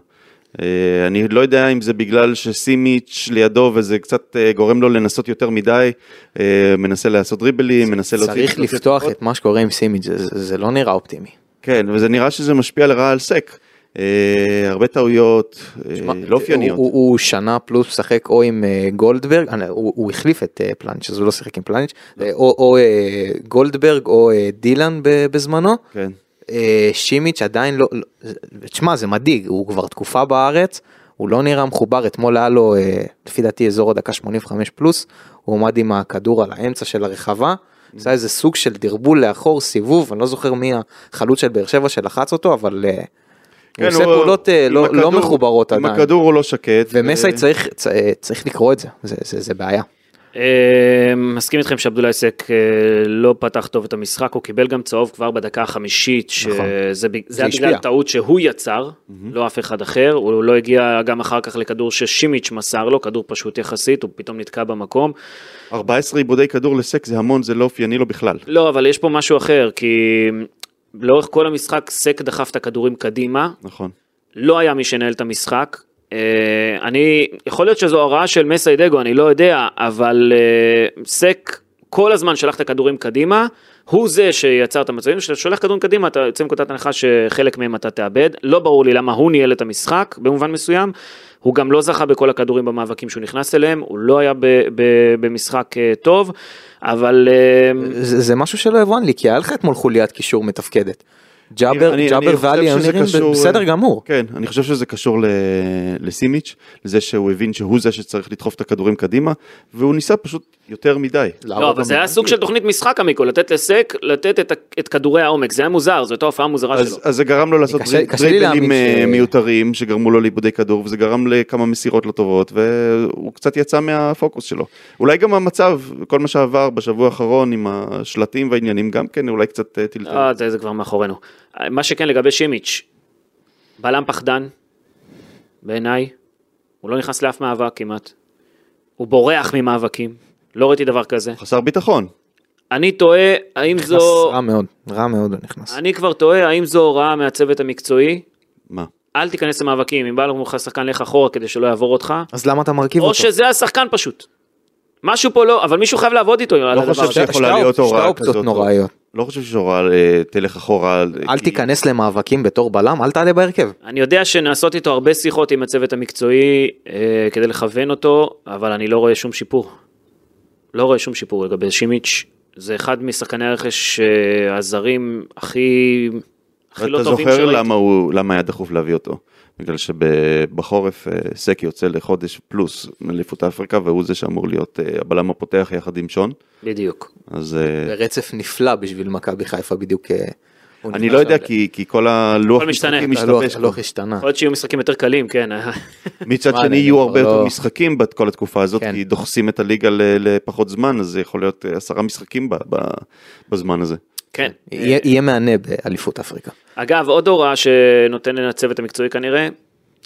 Speaker 3: אה, אני לא יודע אם זה בגלל שסימיץ' לידו וזה קצת אה, גורם לו לנסות יותר מדי, אה, מנסה לעשות דריבלים, מנסה להוציא...
Speaker 2: צריך
Speaker 3: להוציא
Speaker 2: לפתוח
Speaker 3: התקפות.
Speaker 2: את מה שקורה עם סימיץ', זה- זה זה לא נראה אופטימי.
Speaker 3: כן, וזה נראה שזה משפיע לרעה על סק. אה, הרבה טעויות, אה,
Speaker 2: מה,
Speaker 3: לא אופייניות.
Speaker 2: הוא- הוא הוא שנה פלוס משחק או עם אה, גולדברג, אה, הוא הוא החליף את אה, פלניץ', אז הוא לא שיחק עם פלניץ', אה, או- או אה, גולדברג או אה, דילן ב- בזמנו.
Speaker 3: כן.
Speaker 2: אה, שימיץ' עדיין לא, לא- זה- תשמע זה מדאיג, הוא כבר תקופה בארץ, הוא לא נראה מחובר, אתמול היה לו אה, לפי דעתי אזור הדקה 85 פלוס, הוא עמד עם הכדור על האמצע של הרחבה,
Speaker 3: Mm.
Speaker 2: זה היה איזה סוג של דרבול לאחור, סיבוב, אני לא זוכר מי החלוץ של באר שבע שלחץ אותו, אבל אה, הוא עושה פעולות אה,
Speaker 3: כן, עם
Speaker 2: לא-
Speaker 3: הכדור-
Speaker 2: לא מחוברות
Speaker 3: עם
Speaker 2: עדיין,
Speaker 3: הכדור הוא לא שקט.
Speaker 2: ומסי
Speaker 3: אה,
Speaker 2: צריך- צ- אה, צריך לקרוא את זה, זה- זה זה בעיה.
Speaker 1: אה, מסכים איתכם שעבדולאי סק אה, לא פתח טוב את המשחק, הוא קיבל גם צהוב כבר בדקה החמישית,
Speaker 2: נכון.
Speaker 1: שזה ב- זה היה
Speaker 2: השפיע.
Speaker 1: בגלל טעות שהוא יצר, לא אף אחד אחר, הוא לא הגיע גם אחר כך לכדור ששימיץ' מסר לו, כדור פשוט יחסית, הוא פתאום נתקע במקום.
Speaker 3: 14 עיבודי כדור לסק זה המון, זה לא אופייני לו בכלל.
Speaker 1: לא, אבל יש פה משהו אחר, כי לאורך כל המשחק סק דחף את הכדורים קדימה,
Speaker 3: נכון.
Speaker 1: לא היה מי שנהל את המשחק. אה, אני, יכול להיות שזו הוראה של מסיידגו, אני לא יודע, אבל אה, סק כל הזמן שלח את הכדורים קדימה, הוא זה שיצר את המצבים, כשאתה שולח כדורים קדימה, אתה יוצא מנקודת הנחה שחלק מהם אתה תאבד, לא ברור לי למה הוא ניהל את המשחק במובן מסוים, הוא גם לא זכה בכל הכדורים במאבקים שהוא נכנס אליהם, הוא לא היה ב- ב- במשחק אה, טוב, אבל... אה,
Speaker 2: זה זה משהו שלא יבואן לי, כי היה לך אתמול חוליית קישור מתפקדת. ג'אבר
Speaker 3: אני- אני
Speaker 2: ג'אבר
Speaker 3: חושב
Speaker 2: ואלי היו
Speaker 3: שזה
Speaker 2: נראים
Speaker 3: קשור,
Speaker 2: בסדר
Speaker 3: אה,
Speaker 2: גמור.
Speaker 3: כן, אני חושב שזה קשור ל... לסימיץ', לזה שהוא הבין שהוא זה שצריך לדחוף את הכדורים קדימה, והוא ניסה פשוט יותר מדי.
Speaker 2: אה,
Speaker 1: לא, אבל זה היה סוג של תוכנית משחק עמיקו, לתת לסק, לתת את, ה- את כדורי העומק, זה היה מוזר, זו הייתה הופעה מוזרה
Speaker 3: אז,
Speaker 1: שלו.
Speaker 3: אז זה גרם לו לעשות
Speaker 2: קשה-
Speaker 3: דרי-
Speaker 2: קשה לי
Speaker 3: דריבלים
Speaker 2: להאמין
Speaker 3: אה,
Speaker 2: ש-
Speaker 3: מיותרים שגרמו לו לאיבודי כדור, וזה גרם לכמה מסירות לא טובות, והוא קצת יצא מהפוקוס שלו. אולי גם המצב, כל מה שעבר בשבוע האחרון עם השלטים והעניינים, גם כן אולי קצת אה, טלטל.
Speaker 1: אה, זה, זה כבר מאחורינו. אה, מה שכן לגבי שימיץ', בלם פחדן, בעיניי, הוא לא נכנס לאף מאבק כמעט, הוא בורח ממאבקים, לא ראיתי דבר כזה.
Speaker 3: חסר ביטחון.
Speaker 1: אני תוהה האם זו,
Speaker 2: רע מאוד, רע מאוד הוא נכנס.
Speaker 1: לא- אני כבר תוהה האם זו הוראה מהצוות המקצועי,
Speaker 3: מה?
Speaker 1: אל תיכנס למאבקים, אם בא לך שחקן לך אחורה כדי שלא יעבור אותך,
Speaker 2: אז למה אתה מרכיב
Speaker 1: או
Speaker 2: אותו?
Speaker 1: שזה השחקן פשוט. משהו פה לא, אבל מישהו חייב לעבוד איתו על הדבר
Speaker 3: לא חושב
Speaker 1: הזה.
Speaker 2: שתי-
Speaker 3: שיכולה
Speaker 2: שתי
Speaker 3: להיות
Speaker 2: האופ-
Speaker 3: הוראה
Speaker 2: שתי האופציות
Speaker 3: כזאת.
Speaker 2: נוראיות.
Speaker 3: לא חושב שהוראה אה, תלך אחורה. אה,
Speaker 2: אל
Speaker 3: כי-
Speaker 2: תיכנס למאבקים בתור בלם, אל תעלה בהרכב.
Speaker 1: אני יודע שנעשות איתו הרבה שיחות עם הצוות המקצועי אה, כדי לכוון אותו, אבל אני לא רואה שום שיפור. לא רואה שום שיפור לגבי שימיץ'. זה אחד משחקני הרכש אה, הזרים הכי, הכי לא
Speaker 3: אתה
Speaker 1: טובים
Speaker 3: זוכר
Speaker 1: שראיתי.
Speaker 3: למה, הוא, למה היה דחוף להביא אותו? בגלל שבחורף סק יוצא לחודש פלוס מאליפות אפריקה, והוא זה שאמור להיות אה, הבלם הפותח יחד עם שון.
Speaker 1: בדיוק.
Speaker 3: אז אה,
Speaker 2: זה רצף נפלא בשביל מכבי חיפה בדיוק. אה, הוא
Speaker 3: אני
Speaker 2: נכנס
Speaker 3: לא יודע,
Speaker 2: שם.
Speaker 3: כי, כי כל הלוח
Speaker 1: הכל משתנה.
Speaker 3: משחקים
Speaker 2: הלוח-
Speaker 3: משתבש.
Speaker 2: הלוח השתנה.
Speaker 1: יכול להיות שיהיו משחקים יותר קלים, כן.
Speaker 3: מצד
Speaker 2: וואלה,
Speaker 3: שני
Speaker 2: אני
Speaker 3: יהיו
Speaker 2: כבר
Speaker 3: הרבה יותר
Speaker 2: לא-
Speaker 3: משחקים בת- כל התקופה הזאת,
Speaker 2: כן.
Speaker 3: כי דוחסים את הליגה ל- לפחות זמן, אז זה יכול להיות אה, עשרה משחקים ב- ב- בזמן הזה.
Speaker 1: כן.
Speaker 2: יהיה יהיה מהנה באליפות אפריקה.
Speaker 1: אגב, עוד הוראה שנותן הצוות המקצועי כנראה,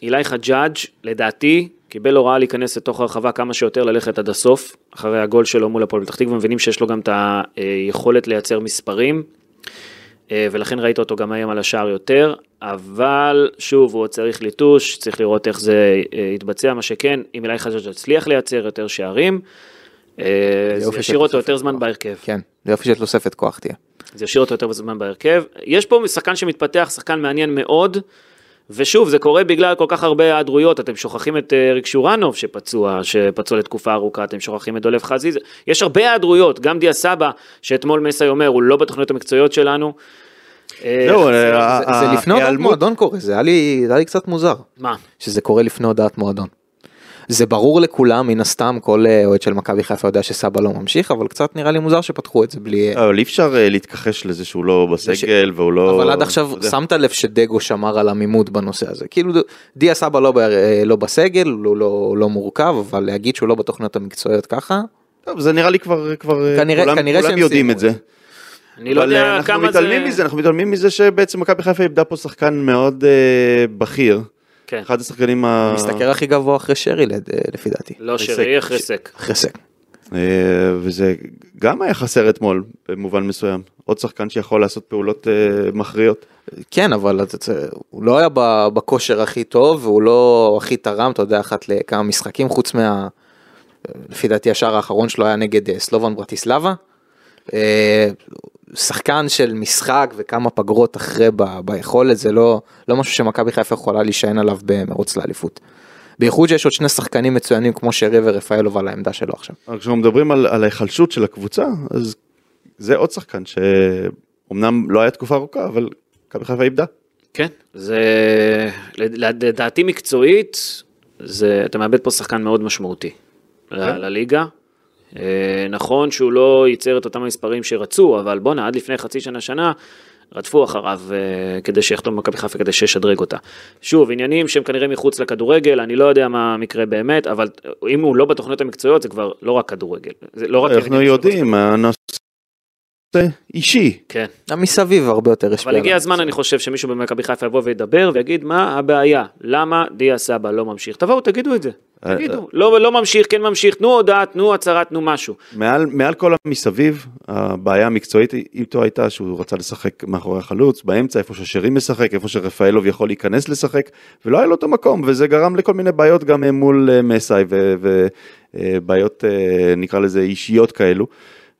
Speaker 1: אילי חג'אג', לדעתי, קיבל הוראה להיכנס לתוך הרחבה כמה שיותר, ללכת עד הסוף, אחרי הגול שלו מול הפועל פתח תקווה, מבינים שיש לו גם את היכולת לייצר מספרים, אה, ולכן ראית אותו גם היום על השער יותר, אבל שוב, הוא עוד צריך ליטוש, צריך לראות איך זה אה, יתבצע, מה שכן, אם אילי חג'אג' יצליח לייצר יותר שערים, אה, זה
Speaker 2: יופי של
Speaker 1: ישאיר אותו
Speaker 2: תוספת
Speaker 1: יותר זמן
Speaker 2: כוח.
Speaker 1: בהרכב.
Speaker 2: כן, זה יופי של תוספת כוח תהיה.
Speaker 1: זה ישאיר אותו יותר בזמן בהרכב. יש פה שחקן שמתפתח, שחקן מעניין מאוד, ושוב, זה קורה בגלל כל כך הרבה היעדרויות, אתם שוכחים את אה, אריק שורנוב שפצוע, שפצוע לתקופה ארוכה, אתם שוכחים את דולף חזיז, יש הרבה היעדרויות, גם דיה סבא, שאתמול מסי אומר, הוא לא בתוכניות המקצועיות שלנו. אה,
Speaker 3: זהו,
Speaker 1: חסר-
Speaker 3: אה,
Speaker 2: זה- זה לפני הודעת
Speaker 3: ההיעלמות-
Speaker 2: מועדון קורה, זה היה לי זה היה לי קצת מוזר.
Speaker 1: מה?
Speaker 2: שזה קורה לפני הודעת מועדון. זה ברור לכולם, מן הסתם כל אה, אוהד של מכבי חיפה יודע שסבא לא ממשיך, אבל קצת נראה לי מוזר שפתחו את זה בלי...
Speaker 3: אבל אי אפשר אה, להתכחש לזה שהוא לא
Speaker 2: כן. ש-
Speaker 3: בסגל והוא לא...
Speaker 2: אבל עד
Speaker 3: אתה
Speaker 2: עכשיו
Speaker 3: יודע.
Speaker 2: שמת לב שדגו שמר על עמימות בנושא הזה. כאילו דיה סבא לא, ב- אה, לא בסגל, הוא לא, הוא לא מורכב, אבל להגיד שהוא לא בתוכניות המקצועיות ככה,
Speaker 3: טוב, זה נראה לי כבר, כבר אה,
Speaker 2: כנראה-
Speaker 3: כולם,
Speaker 2: כנראה
Speaker 3: כולם
Speaker 2: שהם
Speaker 3: יודעים
Speaker 2: סיימו.
Speaker 3: את זה.
Speaker 1: אני לא
Speaker 3: אבל, אה,
Speaker 1: יודע
Speaker 3: אנחנו
Speaker 1: כמה זה...
Speaker 3: מתעלמים מזה, אנחנו מתעלמים מזה שבעצם מכבי חיפה איבדה פה שחקן מאוד אה, בכיר.
Speaker 1: כן,
Speaker 3: אחד השחקנים ה...
Speaker 2: משתכר הכי גבוה אחרי שרי לד- אה, לפי דעתי.
Speaker 1: לא שרי,
Speaker 3: ריסק.
Speaker 1: חסק.
Speaker 2: אחרי סק.
Speaker 3: אה, וזה גם היה חסר אתמול במובן מסוים. עוד שחקן שיכול לעשות פעולות אה, מכריעות.
Speaker 2: כן, אבל אתה צ- הוא לא היה ב- בכושר הכי טוב, והוא לא הכי תרם, אתה יודע, אחת לכמה משחקים, חוץ מה... לפי דעתי השער האחרון שלו היה נגד אה, סלובן ברטיסלבה. אה, שחקן של משחק וכמה פגרות אחרי ב- ביכולת, זה לא, לא משהו שמכבי חיפה יכולה להישען עליו במרוץ לאליפות. בייחוד שיש עוד שני שחקנים מצוינים כמו שרי ורפאלוב על העמדה שלו עכשיו.
Speaker 3: אבל כשאנחנו מדברים על, על ההיחלשות של הקבוצה, אז זה עוד שחקן שאומנם לא היה תקופה ארוכה, אבל מכבי חיפה איבדה.
Speaker 1: כן, זה לד- לדעתי מקצועית, זה, אתה מאבד פה שחקן מאוד משמעותי ל-
Speaker 3: כן.
Speaker 1: לליגה. אה, נכון שהוא לא ייצר את אותם המספרים שרצו, אבל בואנה, עד לפני חצי שנה, שנה, רדפו אחריו אה, כדי שיחתום במכבי חיפה, כדי שישדרג אותה. שוב, עניינים שהם כנראה מחוץ לכדורגל, אני לא יודע מה המקרה באמת, אבל אם הוא לא בתוכניות המקצועיות, זה כבר לא רק כדורגל. זה לא רק...
Speaker 3: אנחנו
Speaker 1: עניינים של-
Speaker 3: יודעים, הנושא אישי.
Speaker 1: כן.
Speaker 2: גם מסביב הרבה יותר השפיע.
Speaker 1: אבל הגיע
Speaker 2: עליו.
Speaker 1: הזמן, אני חושב, שמישהו במכבי חיפה יבוא וידבר ויגיד מה הבעיה, למה דיה סבא לא ממשיך. תבואו, תגידו את זה.
Speaker 3: אה,
Speaker 1: תגידו, לא לא ממשיך, כן ממשיך, תנו הודעה, תנו הצהרה, תנו משהו.
Speaker 3: מעל, מעל כל המסביב, הבעיה המקצועית איתו הייתה שהוא רצה לשחק מאחורי החלוץ, באמצע, איפה ששירים משחק, איפה שרפאלוב יכול להיכנס לשחק, ולא היה לו את המקום, וזה גרם לכל מיני בעיות גם אה, מול אה, מסאי, ובעיות, אה, נקרא לזה, אישיות כאלו,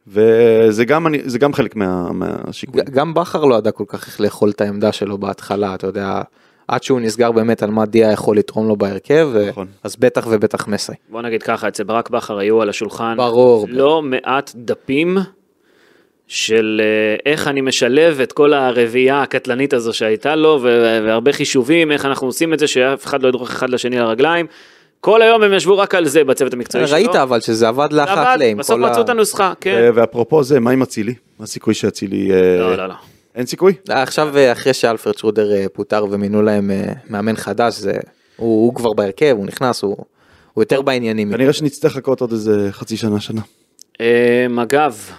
Speaker 3: וזה גם, אני- זה גם חלק מה, מהשיקול.
Speaker 2: ג- גם בכר לא ידע כל כך איך לאכול את העמדה שלו בהתחלה, אתה יודע, עד שהוא נסגר באמת על מה דיה יכול לתרום לו בהרכב, ו-
Speaker 3: נכון.
Speaker 2: אז בטח ובטח מסי.
Speaker 1: בוא נגיד ככה, אצל ברק בכר היו על השולחן
Speaker 2: ברור.
Speaker 1: לא מעט דפים של אה, איך אני משלב את כל הרביעייה הקטלנית הזו שהייתה לו, ו- והרבה חישובים, איך אנחנו עושים את זה, שאף אחד לא ידרוך אחד לשני לרגליים. כל היום הם ישבו רק על זה בצוות המקצועי שלו.
Speaker 2: ראית אבל שזה עבד לאחת
Speaker 1: עבד,
Speaker 2: להם.
Speaker 1: בסוף מצאו את הנוסחה, כן.
Speaker 3: ו- אה, ואפרופו זה, מה עם אצילי? מה הסיכוי שאצילי... אה,
Speaker 1: לא, לא, לא.
Speaker 3: אין סיכוי?
Speaker 2: עכשיו אה, אחרי שאלפרד שרודר אה, פוטר ומינו להם אה, מאמן חדש, זה- הוא הוא כבר בהרכב, הוא נכנס, הוא הוא יותר בעניינים.
Speaker 3: כנראה שנצטרך לחכות עוד איזה חצי שנה, שנה.
Speaker 1: אמ, אגב,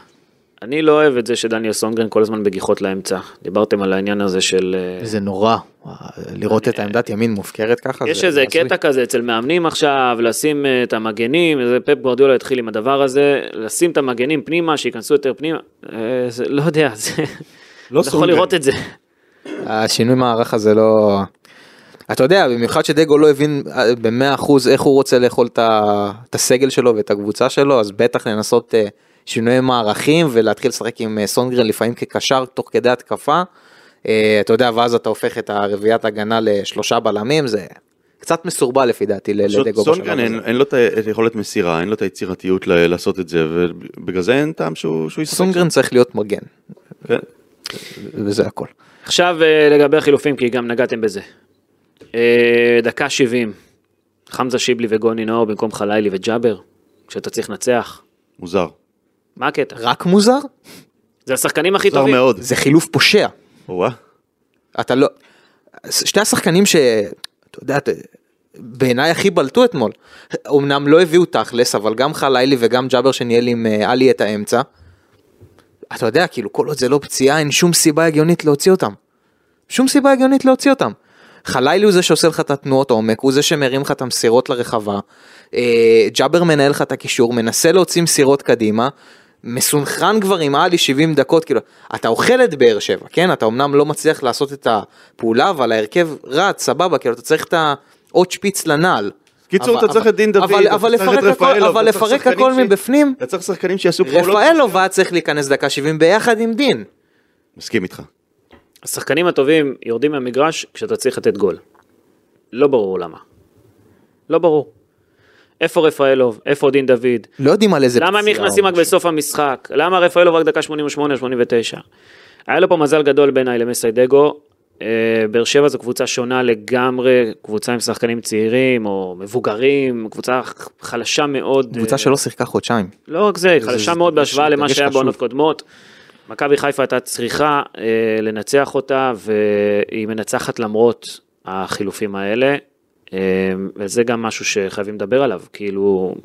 Speaker 1: אני לא אוהב את זה שדניאל סונגרן כל הזמן בגיחות לאמצע. דיברתם על העניין הזה של... אה,
Speaker 2: זה נורא, וואו, לראות את העמדת ימין מופקרת ככה.
Speaker 1: יש
Speaker 2: זה
Speaker 1: איזה
Speaker 2: הזוי.
Speaker 1: קטע כזה אצל מאמנים עכשיו, לשים אה, את המגנים, איזה פפ גורדיולה התחיל עם הדבר הזה, לשים את המגנים פנימה, שייכנסו יותר פנימה, אה, זה- לא יודע, זה...
Speaker 3: לא
Speaker 1: לא יכול
Speaker 3: סונגרן.
Speaker 1: לראות את זה.
Speaker 2: השינוי מערך הזה לא... אתה יודע, במיוחד שדגו לא הבין אה, במאה אחוז איך הוא רוצה לאכול את ה- את הסגל שלו ואת הקבוצה שלו, אז בטח לנסות אה, שינויי מערכים ולהתחיל לשחק עם אה, סונגרן לפעמים כקשר תוך כדי התקפה. אה, אתה יודע, ואז אתה הופך את הרביעיית הגנה לשלושה בלמים, זה קצת מסורבל לפי דעתי ל-
Speaker 3: פשוט
Speaker 2: לדגו בשלב
Speaker 3: סונגרן
Speaker 2: הזה.
Speaker 3: אין, אין לו את ה- את היכולת מסירה, אין לו את היצירתיות ל- לעשות את זה, ובגלל זה אין טעם שהוא, שהוא ישחק.
Speaker 2: סונגרן צריך להיות מגן,
Speaker 3: כן.
Speaker 2: וזה הכל.
Speaker 1: עכשיו אה, לגבי החילופים, כי גם נגעתם בזה. אה, דקה 70, חמזה שיבלי וגוני נאור במקום חלילי וג'אבר, כשאתה צריך לנצח.
Speaker 3: מוזר.
Speaker 1: מה הקטע?
Speaker 2: רק מוזר?
Speaker 1: זה השחקנים הכי
Speaker 3: מוזר
Speaker 1: טובים.
Speaker 3: מאוד.
Speaker 2: זה חילוף פושע.
Speaker 3: וואה.
Speaker 2: אתה לא... שתי השחקנים ש... אתה יודע, אתה- בעיניי הכי בלטו אתמול. אמנם לא הביאו תכלס, אבל גם חלילי וגם ג'אבר שניהל עם אה, עלי את האמצע. אתה יודע, כאילו, כל עוד זה לא פציעה, אין שום סיבה הגיונית להוציא אותם. שום סיבה הגיונית להוציא אותם. חלילי הוא זה שעושה לך את התנועות עומק, הוא זה שמרים לך את המסירות לרחבה. אה, ג'אבר מנהל לך את הקישור, מנסה להוציא מסירות קדימה. מסונכרן כבר עם עלי 70 דקות, כאילו, אתה אוכל את באר שבע, כן? אתה אמנם לא מצליח לעשות את הפעולה, אבל ההרכב רץ, סבבה, כאילו, אתה צריך את העוד שפיץ לנעל.
Speaker 3: קיצור,
Speaker 2: אבל-
Speaker 3: אתה צריך את דין דוד,
Speaker 2: אבל-
Speaker 3: אתה
Speaker 2: אבל
Speaker 3: צריך את
Speaker 2: לפרק הכל-
Speaker 3: רפאלוב,
Speaker 2: אבל
Speaker 3: אתה צריך
Speaker 2: לפרק
Speaker 3: שחקנים
Speaker 2: הכל
Speaker 3: ש-
Speaker 2: מבפנים,
Speaker 1: לא
Speaker 3: אתה צריך שחקנים שיעשו פעולות.
Speaker 2: רפאלוב היה צריך להיכנס דקה 70 ביחד עם דין.
Speaker 3: מסכים איתך.
Speaker 1: השחקנים הטובים יורדים מהמגרש כשאתה צריך לתת גול. לא ברור למה. לא ברור. איפה רפאלוב? איפה דין דוד?
Speaker 2: לא יודעים על איזה
Speaker 1: למה הם
Speaker 2: פציעה או
Speaker 1: נכנסים רק
Speaker 2: משהו.
Speaker 1: בסוף המשחק? למה רפאלוב רק דקה 88 89? היה לו פה מזל גדול בעיניי למסיידגו. אה, באר שבע זו קבוצה שונה לגמרי, קבוצה עם שחקנים צעירים או מבוגרים, קבוצה ח- חלשה מאוד.
Speaker 2: קבוצה
Speaker 1: אה,
Speaker 2: שלא שיחקה חודשיים.
Speaker 1: לא רק זה, היא חלשה מאוד בהשוואה
Speaker 2: זה
Speaker 1: למה
Speaker 2: דגש
Speaker 1: שהיה
Speaker 2: חשוב.
Speaker 1: בעונות קודמות. מכבי חיפה הייתה צריכה אה, לנצח אותה, והיא מנצחת למרות החילופים האלה. אה, וזה גם משהו שחייבים לדבר עליו, כאילו,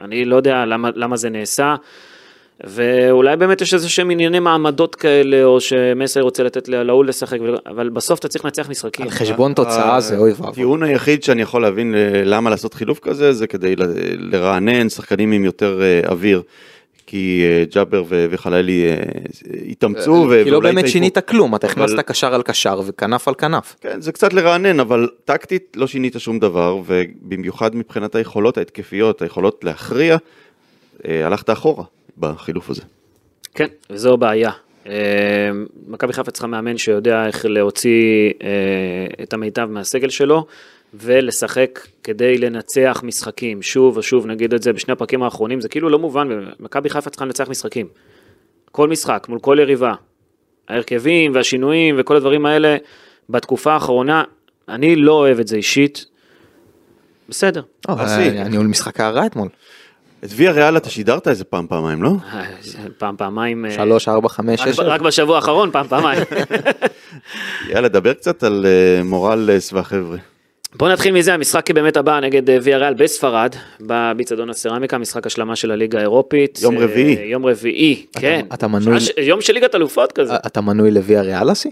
Speaker 1: אני לא יודע למה, למה זה נעשה. ואולי באמת יש איזה שהם ענייני מעמדות כאלה, או שמסי רוצה לתת לה- להוא לשחק, ולא- אבל בסוף אתה צריך לנצח משחקים.
Speaker 2: על חשבון
Speaker 1: אה,
Speaker 2: תוצאה זה אוי ואבוי.
Speaker 3: אה, הטיעון היחיד שאני יכול להבין ל- למה לעשות חילוף כזה זה כדי ל- לרענן שחקנים עם יותר אה, אוויר. כי אה, ג'אבר ו- וחללי אה, התאמצו.
Speaker 1: אה,
Speaker 3: ו-
Speaker 2: כי לא
Speaker 3: ואולי
Speaker 2: באמת
Speaker 3: התעייפו.
Speaker 2: שינית כלום, אתה הכנסת
Speaker 3: אבל-
Speaker 2: קשר על קשר וכנף על כנף.
Speaker 3: כן, זה קצת לרענן, אבל טקטית לא שינית שום דבר, ובמיוחד מבחינת היכולות ההתקפיות, היכולות להכריע, אה, הלכת אחורה בחילוף הזה.
Speaker 1: כן, וזו בעיה. אה, מכבי חיפה צריכה מאמן שיודע איך להוציא אה, את המיטב מהסגל שלו ולשחק כדי לנצח משחקים. שוב ושוב נגיד את זה בשני הפרקים האחרונים, זה כאילו לא מובן, מכבי חיפה צריכה לנצח משחקים. כל משחק, מול כל יריבה. ההרכבים והשינויים וכל הדברים האלה, בתקופה האחרונה, אני לא אוהב את זה אישית. בסדר.
Speaker 2: אה,
Speaker 3: אסי.
Speaker 2: היה ניהול משחק הרע אתמול.
Speaker 3: את ויה ריאל אתה שידרת איזה פעם פעמיים, לא?
Speaker 1: אה, זה פעם, פעמיים, אה,
Speaker 2: שלוש, ארבע, חמש,
Speaker 1: רק
Speaker 2: שש.
Speaker 1: ב- רק בשבוע האחרון, פעם, פעמיים.
Speaker 3: יאללה, דבר קצת על אה, מורלס והחבר'ה.
Speaker 1: בואו נתחיל מזה, המשחק באמת הבא נגד אה, ויה ריאל בספרד, בביצדון הסרמיקה, משחק השלמה של הליגה האירופית.
Speaker 3: יום
Speaker 1: אה,
Speaker 3: רביעי.
Speaker 1: יום רביעי, כן.
Speaker 2: אתה
Speaker 1: שעה
Speaker 2: מנוי-
Speaker 1: ש- יום של ליגת אלופות כזה,
Speaker 2: אה, אתה מנוי לוויה ריאל אסי?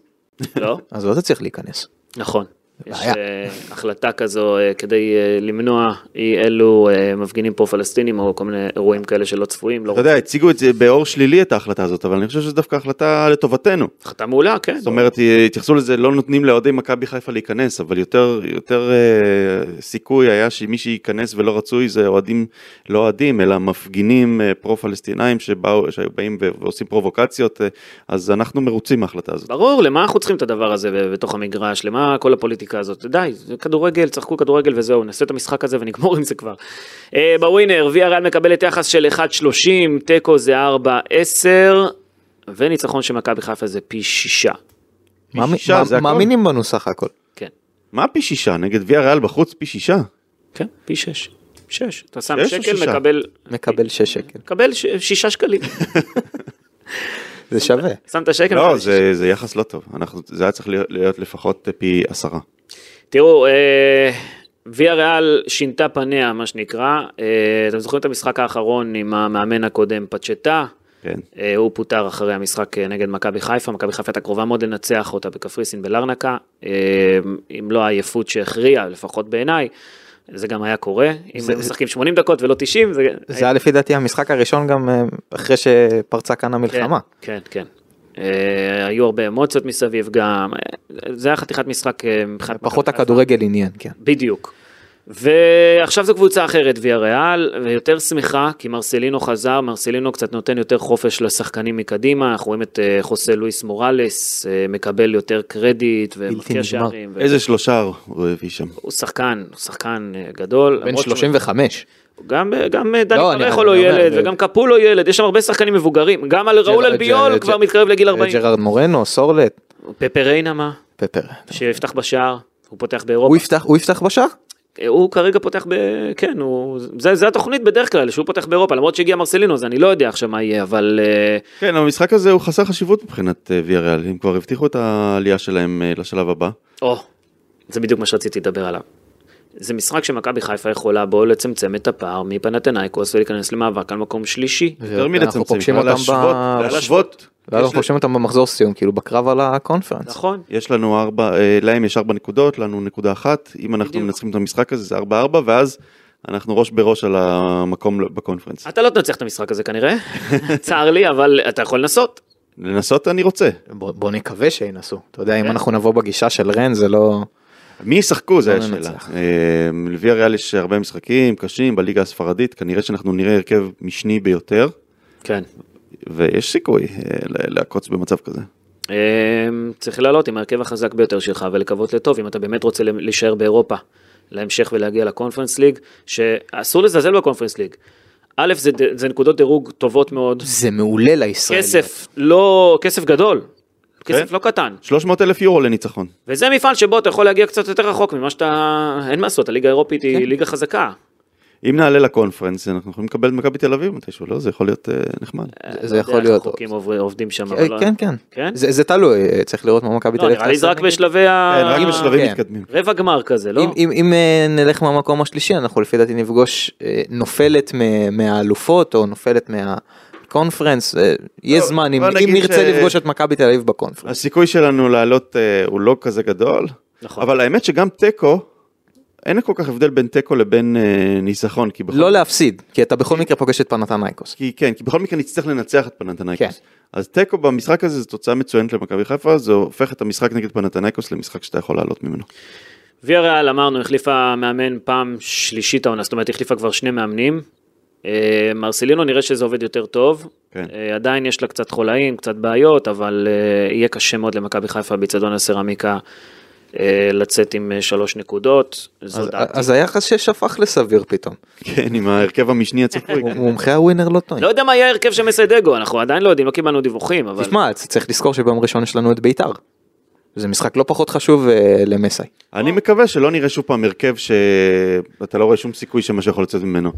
Speaker 1: לא?
Speaker 2: אז לא תצליח להיכנס.
Speaker 1: נכון. יש
Speaker 2: בעיה.
Speaker 1: אה, החלטה כזו אה, כדי אה, למנוע אי אלו אה, מפגינים פה פלסטינים או כל מיני אירועים כאלה שלא צפויים, לא
Speaker 3: אתה
Speaker 1: רוצים.
Speaker 3: יודע, הציגו את זה באור שלילי את ההחלטה הזאת, אבל אני חושב שזו דווקא החלטה לטובתנו.
Speaker 1: החלטה מעולה, כן.
Speaker 3: זאת אומרת, התייחסו לזה, לא נותנים לאוהדי מכבי חיפה להיכנס, אבל יותר, יותר אה, סיכוי היה שמי שייכנס ולא רצוי זה אוהדים, לא אוהדים, אלא מפגינים אה, פרו-פלסטינאים שבאו, שהיו באים ו- ועושים פרובוקציות, אה, אז אנחנו מרוצים מההחלטה הזאת.
Speaker 1: ברור, למה אנחנו צריכים את הדבר הזה ב- בתוך המגרש? למה כל הפוליטיקה הזאת? די, זה כדורגל, צחקו כדורגל וזהו, נעשה את המשחק הזה ונגמור עם זה כבר. אה, בווינר, ויה ריאל מקבלת יחס של 1.30, תיקו זה 4.10, וניצחון של מכבי חיפה זה פי שישה.
Speaker 2: מאמין-
Speaker 3: שישה,
Speaker 2: מא-
Speaker 3: זה הכל.
Speaker 2: מאמינים בנו סך הכל.
Speaker 1: כן,
Speaker 3: מה פי שישה? נגד ויה ריאל בחוץ פי שישה?
Speaker 1: כן, פי שש. שש. אתה שם
Speaker 3: שש או
Speaker 1: שקל,
Speaker 3: שישה? כן.
Speaker 1: מקבל...
Speaker 2: מקבל שש שקל.
Speaker 1: מקבל ש- שישה שקלים. אה,
Speaker 2: זה שווה.
Speaker 1: שם את השקל.
Speaker 3: לא,
Speaker 1: מקבל שישה.
Speaker 3: זה, זה יחס לא טוב, אנחנו, זה היה צריך להיות- להיות לפחות אה, פי עשרה.
Speaker 1: תראו, אה, ויה ריאל שינתה פניה, מה שנקרא. אה, אתם זוכרים את המשחק האחרון עם המאמן הקודם, פצ'טה?
Speaker 3: כן.
Speaker 1: אה, הוא פוטר אחרי המשחק אה, נגד מכבי חיפה, מכבי חיפה הייתה קרובה מאוד לנצח אותה בקפריסין בלרנקה, אה, אם לא העייפות שהכריעה, לפחות בעיניי, זה גם היה קורה, אם
Speaker 2: זה-
Speaker 1: הם משחקים 80 דקות ולא 90, זה...
Speaker 2: זה היה לפי דעתי המשחק הראשון גם אה, אחרי שפרצה כאן המלחמה.
Speaker 1: כן, כן. אה, היו הרבה אמוציות מסביב גם, אה, זה היה חתיכת משחק אה, מבחינת...
Speaker 2: פחות
Speaker 1: מכבי חיפה.
Speaker 2: הכדורגל עניין, כן.
Speaker 1: בדיוק. ועכשיו זו קבוצה אחרת, ויה ריאל, ויותר שמחה, כי מרסלינו חזר, מרסלינו קצת נותן יותר חופש לשחקנים מקדימה, אנחנו רואים את אה, חוסה לואיס מוראלס, אה, מקבל יותר קרדיט,
Speaker 2: בלתי
Speaker 1: ומבקיע
Speaker 2: נגמר.
Speaker 1: שערים. ו-
Speaker 3: איזה שלושה הוא הביא שם?
Speaker 1: הוא שחקן, הוא שחקן אה, גדול.
Speaker 2: בן
Speaker 1: למרות
Speaker 2: 35.
Speaker 1: שהוא- גם, אה, גם אה, דני
Speaker 2: לא, אני-
Speaker 1: פרחו לא
Speaker 2: אני אומר,
Speaker 1: ילד,
Speaker 2: אה,
Speaker 1: וגם קפולו ילד, יש שם הרבה שחקנים מבוגרים, גם על ראול
Speaker 2: ג'ר-
Speaker 1: אלביול
Speaker 2: ג'ר- אה,
Speaker 1: כבר
Speaker 2: ג'ר-
Speaker 1: מתקרב לגיל 40.
Speaker 2: ג'רארד מורנו, סורלט,
Speaker 1: פפה ריינה מה?
Speaker 2: פפר.
Speaker 1: שיפתח בשער, הוא פותח באירופה.
Speaker 2: הוא יפתח- הוא יפתח בשער?
Speaker 1: הוא כרגע פותח ב... כן, הוא... זה, זה התוכנית בדרך כלל, שהוא פותח באירופה, למרות שהגיע מרסלינו, אז אני לא יודע עכשיו מה יהיה, אבל... אה,
Speaker 3: כן, המשחק הזה הוא חסר חשיבות מבחינת אה, ויה ריאל, הם כבר הבטיחו את העלייה שלהם אה, לשלב הבא.
Speaker 1: או, זה בדיוק מה שרציתי לדבר עליו. זה משחק שמכבי חיפה יכולה בו לצמצם את הפער מפנתנייקוס ולהיכנס למאבק על מקום שלישי.
Speaker 3: יותר
Speaker 2: אנחנו פוגשים
Speaker 3: מלצמצם,
Speaker 2: אותם
Speaker 3: להשוות,
Speaker 2: ב-
Speaker 3: להשוות.
Speaker 2: ואנחנו
Speaker 3: יש ל-
Speaker 2: פוגשים אותם במחזור סיום, כאילו בקרב על הקונפרנס.
Speaker 1: נכון.
Speaker 3: יש לנו ארבע, אה, להם יש ארבע נקודות, לנו נקודה אחת, אם אנחנו
Speaker 1: בדיוק.
Speaker 3: מנצחים את המשחק הזה זה ארבע ארבע, ואז אנחנו ראש בראש על המקום בקונפרנס.
Speaker 1: אתה לא תנצח את המשחק הזה כנראה, צר לי, אבל אתה יכול לנסות.
Speaker 3: לנסות אני רוצה.
Speaker 2: נכון. בוא בוא נקווה שינסו. אתה יודע, אם
Speaker 1: כן.
Speaker 2: אנחנו נבוא בגישה של רן זה לא...
Speaker 3: מי ישחקו זה
Speaker 2: לא
Speaker 3: השאלה.
Speaker 2: ננצח.
Speaker 3: אה, לוויה ריאל יש הרבה משחקים קשים בליגה הספרדית, כנראה שאנחנו נראה הרכב משני ביותר,
Speaker 1: כן.
Speaker 3: ויש סיכוי אה, ל- לעקוץ במצב כזה.
Speaker 1: אה, צריך לעלות עם ההרכב החזק ביותר שלך ולקוות לטוב, אם אתה באמת רוצה להישאר באירופה, להמשך ולהגיע לקונפרנס ליג, שאסור לזלזל בקונפרנס ליג. א', זה, זה נקודות דירוג טובות מאוד,
Speaker 2: זה מעולה לישראליות.
Speaker 1: כסף לא, כסף גדול, כסף
Speaker 3: כן.
Speaker 1: לא קטן,
Speaker 3: 300 אלף יורו לניצחון.
Speaker 1: וזה מפעל שבו אתה יכול להגיע קצת יותר רחוק ממה שאתה, אין מה לעשות, הליגה האירופית
Speaker 2: כן.
Speaker 1: היא ליגה חזקה.
Speaker 3: אם נעלה לקונפרנס, אנחנו יכולים לקבל את מכבי תל אביב מתישהו, לא? זה יכול להיות אה, נחמד.
Speaker 2: זה
Speaker 1: לא יודע
Speaker 2: יכול
Speaker 1: איך
Speaker 2: להיות.
Speaker 1: החוקים עובר- עובדים שם,
Speaker 2: אה,
Speaker 1: אבל לא-
Speaker 2: כן, כן.
Speaker 1: כן?
Speaker 2: זה זה תלוי, אה, צריך לראות מה מכבי תל
Speaker 1: לא,
Speaker 2: אביב.
Speaker 1: נראה לי זה
Speaker 2: תעשה.
Speaker 1: רק בשלבי ה...
Speaker 3: כן, רק בשלבים
Speaker 2: כן.
Speaker 3: מתקדמים.
Speaker 1: רבע גמר כזה, לא?
Speaker 2: אם- אם- אם אה, נלך מהמקום השלישי, אנחנו לפי דעתי נפגוש אה, נופלת מ- מהאלופות או נופלת מהקונפרנס, אה, יהיה
Speaker 3: לא,
Speaker 2: זמן, אם
Speaker 3: בוא
Speaker 2: אם
Speaker 3: נגיד
Speaker 2: נרצה
Speaker 3: ש-
Speaker 2: לפגוש את מכבי תל אביב בקונפרנס.
Speaker 3: הסיכוי שלנו לעלות אה, הוא לא כזה גדול,
Speaker 1: נכון.
Speaker 3: אבל האמת שגם תיקו, אין כל כך הבדל בין תיקו לבין אה, ניצחון, כי בכל
Speaker 2: לא להפסיד, כי אתה בכל מקרה פוגש את פנתנייקוס.
Speaker 3: כי כן, כי בכל מקרה נצטרך לנצח את פנתנייקוס.
Speaker 2: כן.
Speaker 3: אז תיקו במשחק הזה זו תוצאה מצוינת למכבי חיפה, זה הופך את המשחק נגד פנתנייקוס למשחק שאתה יכול לעלות ממנו.
Speaker 1: ויה ריאל אמרנו החליפה מאמן פעם שלישית העונה, זאת אומרת החליפה כבר שני מאמנים. אה, מרסלינו נראה שזה עובד יותר טוב.
Speaker 3: כן.
Speaker 1: אה, עדיין יש לה קצת חולאים, קצת בעיות, אבל אה, יהיה קשה מאוד למכבי חיפה באיצטדיון הסרמיקה אה, לצאת עם אה, שלוש נקודות. זו
Speaker 2: אז-
Speaker 1: דעתי.
Speaker 2: אז היחס שש הפך לסביר פתאום.
Speaker 3: כן, עם ההרכב המשני הצפוי.
Speaker 2: מומחי הווינר לא טועים.
Speaker 1: לא יודע מה יהיה ההרכב של מסיידגו, אנחנו עדיין לא יודעים, לא קיבלנו דיווחים, אבל...
Speaker 2: תשמע, צריך לזכור שביום ראשון יש לנו את בית"ר. זה משחק לא פחות חשוב אה, למסאי.
Speaker 3: אני מקווה שלא נראה שוב פעם הרכב שאתה לא רואה שום סיכוי שמשהו יכול לצאת ממנו.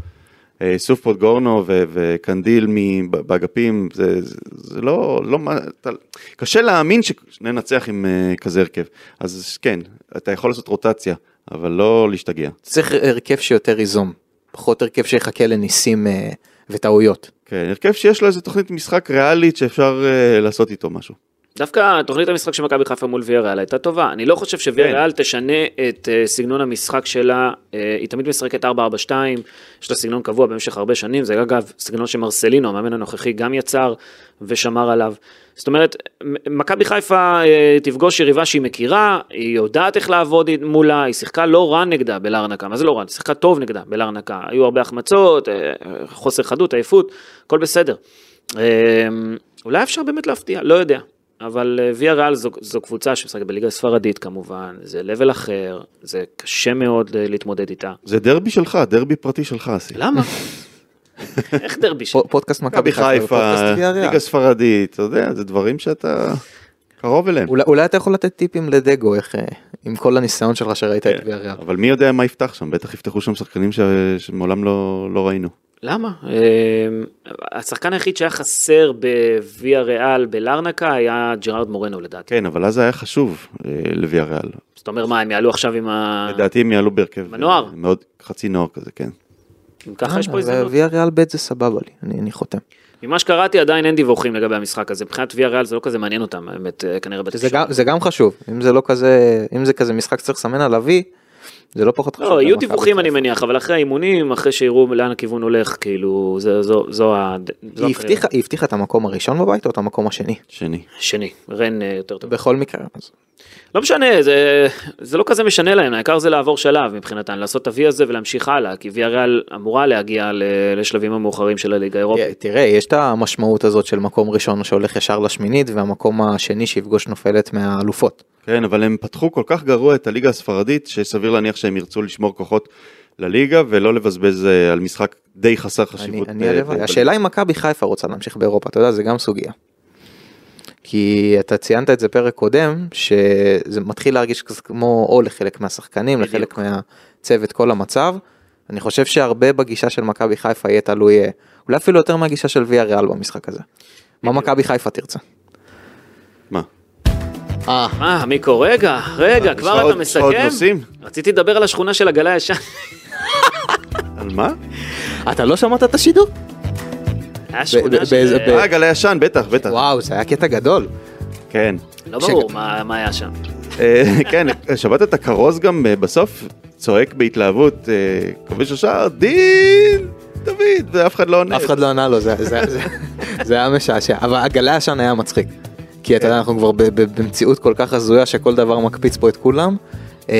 Speaker 3: אה, סופוט גורנו ו- וקנדיל מ- ב- באגפים, זה, זה, זה לא, לא מה, אתה, קשה להאמין שננצח עם אה, כזה הרכב. אז כן, אתה יכול לעשות רוטציה, אבל לא להשתגע.
Speaker 2: צריך הרכב שיותר ייזום, פחות הרכב שיחכה לניסים אה, וטעויות.
Speaker 3: כן, הרכב שיש לו איזה תוכנית משחק ריאלית שאפשר אה, לעשות איתו משהו.
Speaker 1: דווקא תוכנית המשחק של מכבי חיפה מול ויה ריאל הייתה טובה. אני לא חושב שוויה
Speaker 3: כן.
Speaker 1: ריאל תשנה את אה, סגנון המשחק שלה. אה, היא תמיד משחקת 4-4-2, יש לה סגנון קבוע במשך הרבה שנים. זה אגב סגנון שמרסלינו, המאמן הנוכחי, גם יצר ושמר עליו. זאת אומרת, מ- מכבי חיפה אה, תפגוש יריבה שהיא מכירה, היא יודעת איך לעבוד מולה, היא שיחקה לא רע נגדה בלארנקה, מה זה לא רע? היא שיחקה טוב נגדה בלארנקה. היו הרבה החמצות, אה, אה, חוסר חדות, עייפות, הכל בסדר. אה, אולי אפשר באמת להפתיע, לא יודע. אבל אה, ויה ריאל זו, זו קבוצה שמשחקת בליגה הספרדית כמובן, זה לבל אחר, זה קשה מאוד אה, להתמודד איתה.
Speaker 3: זה דרבי שלך, דרבי פרטי שלך, אסי.
Speaker 1: למה? איך דרבי שם?
Speaker 2: פו- פודקאסט
Speaker 3: מכבי
Speaker 2: מכבי
Speaker 3: חיפה,
Speaker 2: ופודקאסט ויאריאל.
Speaker 3: ליגה ספרדית, אתה יודע, זה דברים שאתה קרוב אליהם.
Speaker 2: אולי- אולי אתה יכול לתת טיפים לדגו, איך, אה, עם כל הניסיון שלך שראית את
Speaker 3: כן,
Speaker 2: ויאריאל.
Speaker 3: אבל מי יודע מה יפתח שם, בטח יפתחו שם שחקנים ש- שמעולם לא, לא ראינו.
Speaker 1: למה? אה, השחקן היחיד שהיה חסר בוויה ריאל בלארנקה היה ג'רארד מורנו לדעתי.
Speaker 3: כן, אבל אז זה היה חשוב אה, לוויה ריאל.
Speaker 1: זאת אומרת מה, הם יעלו עכשיו עם ה...
Speaker 3: לדעתי הם יעלו בהרכב.
Speaker 1: הנוער.
Speaker 3: אה, מאוד, חצי נוער כזה, כן.
Speaker 1: אם ככה
Speaker 2: אה,
Speaker 1: יש פה הזדמנות.
Speaker 2: ויאריאל ב' זה סבבה לי, אני אני חותם.
Speaker 1: ממה שקראתי עדיין אין דיווחים לגבי המשחק הזה, מבחינת ויה ריאל זה לא כזה מעניין אותם, האמת, אה, כנראה
Speaker 2: זה
Speaker 1: בתקשורת.
Speaker 2: גם- זה גם חשוב, אם זה לא כזה, אם זה כזה משחק שצריך לסמן עליו וי, זה לא פחות חשוב.
Speaker 1: לא, יהיו
Speaker 2: למכבי
Speaker 1: דיווחים אני
Speaker 2: חיפה.
Speaker 1: מניח, אבל אחרי האימונים, אחרי שיראו לאן הכיוון הולך, כאילו, זה- זו- זו ה... זו
Speaker 2: היא
Speaker 1: הבחירה.
Speaker 2: הבטיחה- היא הבטיחה את המקום הראשון בבית או את המקום השני?
Speaker 3: שני.
Speaker 1: שני, רן אה, יותר טוב.
Speaker 2: בכל מקרה, אז
Speaker 1: לא משנה, זה, זה לא כזה משנה להם, העיקר זה לעבור שלב מבחינתן, לעשות את ה-V הזה ולהמשיך הלאה, כי ויה ריאל אמורה להגיע ל- לשלבים המאוחרים של הליגה האירופית.
Speaker 2: ת- תראה, יש את המשמעות הזאת של מקום ראשון שהולך ישר לשמינית והמקום השני שיפגוש נופלת מהאלופות.
Speaker 3: כן, אבל הם פתחו כל כך גרוע את הליגה הספרדית, שסביר להניח שהם ירצו לשמור כוחות לליגה, ולא לבזבז אה, על משחק די חסר
Speaker 2: אני,
Speaker 3: חשיבות. אה,
Speaker 2: אני
Speaker 3: ב-
Speaker 2: הלוואי.
Speaker 3: ב-
Speaker 2: אה, השאלה אם מכבי חיפה רוצה להמשיך באירופה, אתה יודע, זה גם סוגיה. כי אתה ציינת את זה פרק קודם, שזה מתחיל להרגיש כזה כמו או לחלק מהשחקנים,
Speaker 1: בדיוק.
Speaker 2: לחלק מהצוות, כל המצב. אני חושב שהרבה בגישה של מכבי חיפה יהיה תלוי, אה, אולי אפילו יותר מהגישה של ויה ריאל במשחק הזה. מה מכבי חיפה תרצה?
Speaker 3: מה?
Speaker 2: אה,
Speaker 1: אה, מיקו, רגע, רגע,
Speaker 3: כן. יש לך
Speaker 1: כבר
Speaker 3: עוד-
Speaker 1: אתה
Speaker 3: יש לך עוד
Speaker 1: מסכם?
Speaker 3: נושאים?
Speaker 1: רציתי לדבר על השכונה של הגלה הישן.
Speaker 3: על מה?
Speaker 2: אתה לא שמעת את השידור?
Speaker 1: היה שכונה
Speaker 2: ב-
Speaker 1: של...
Speaker 2: באיזה-
Speaker 1: אה,
Speaker 3: אה, גלי ישן, בטח, בטח.
Speaker 2: וואו, זה היה קטע גדול.
Speaker 3: כן.
Speaker 1: לא ברור מה מה היה שם.
Speaker 3: אה, כן, שמעת את הכרוז גם אה, בסוף? צועק בהתלהבות, אה, כובש השער, דין דוד, ואף אחד לא עונה.
Speaker 2: אף אחד לא ענה לו, זה, זה, זה, זה היה משעשע, אבל הגלי עשן היה מצחיק. כי אתה יודע, אנחנו כבר ב, ב, במציאות כל כך הזויה שכל דבר מקפיץ פה את כולם, אה,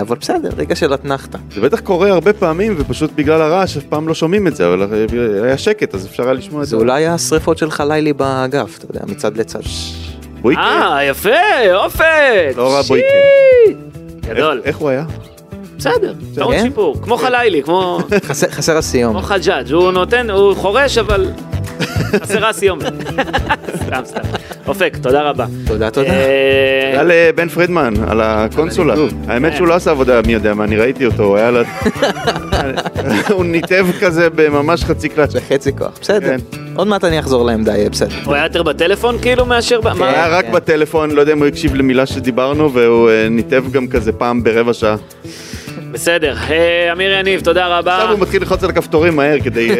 Speaker 2: אבל בסדר, רגע של אתנחתא.
Speaker 3: זה בטח קורה הרבה פעמים, ופשוט בגלל הרעש אף פעם לא שומעים את זה, אבל היה שקט, אז אפשר היה לשמוע את
Speaker 2: זה
Speaker 3: זה.
Speaker 2: אולי השריפות של חלילי באגף, אתה יודע, מצד לצד.
Speaker 3: בויקה.
Speaker 1: אה, יפה, אופק.
Speaker 3: לא רע, בויקה.
Speaker 1: שי! גדול.
Speaker 3: איך- איך הוא היה?
Speaker 1: בסדר, טעון
Speaker 2: כן?
Speaker 1: שיפור. כמו חלילי, כמו
Speaker 2: חסר- חסר
Speaker 1: כמו
Speaker 2: הסיום.
Speaker 1: חג'אג'. הוא נותן, הוא חורש, אבל חסרה סיומת. סתם, סתם. אופק, תודה רבה.
Speaker 2: תודה, תודה.
Speaker 1: אה, כן.
Speaker 3: היה לבן פרידמן על הקונסולה. האמת שהוא לא עשה עבודה מי יודע מה, אני ראיתי אותו, הוא היה לה... הוא ניתב כזה בממש חצי קלאץ'.
Speaker 2: בחצי כוח, בסדר.
Speaker 3: כן.
Speaker 2: עוד מעט אני אחזור לעמדה, יהיה בסדר.
Speaker 1: הוא היה יותר בטלפון כאילו מאשר... ב-
Speaker 3: הוא היה
Speaker 1: מה?
Speaker 3: רק
Speaker 2: כן.
Speaker 3: בטלפון, לא יודע אם הוא הקשיב למילה שדיברנו, והוא אה, ניתב גם כזה פעם ברבע שעה.
Speaker 1: בסדר. אה, אמיר יניב, תודה רבה.
Speaker 3: עכשיו הוא מתחיל ללחוץ על הכפתורים מהר כדי...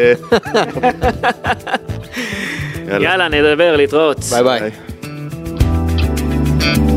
Speaker 3: אה,
Speaker 1: יאללה, נדבר, להתראות.
Speaker 2: ביי ביי.
Speaker 3: ביי.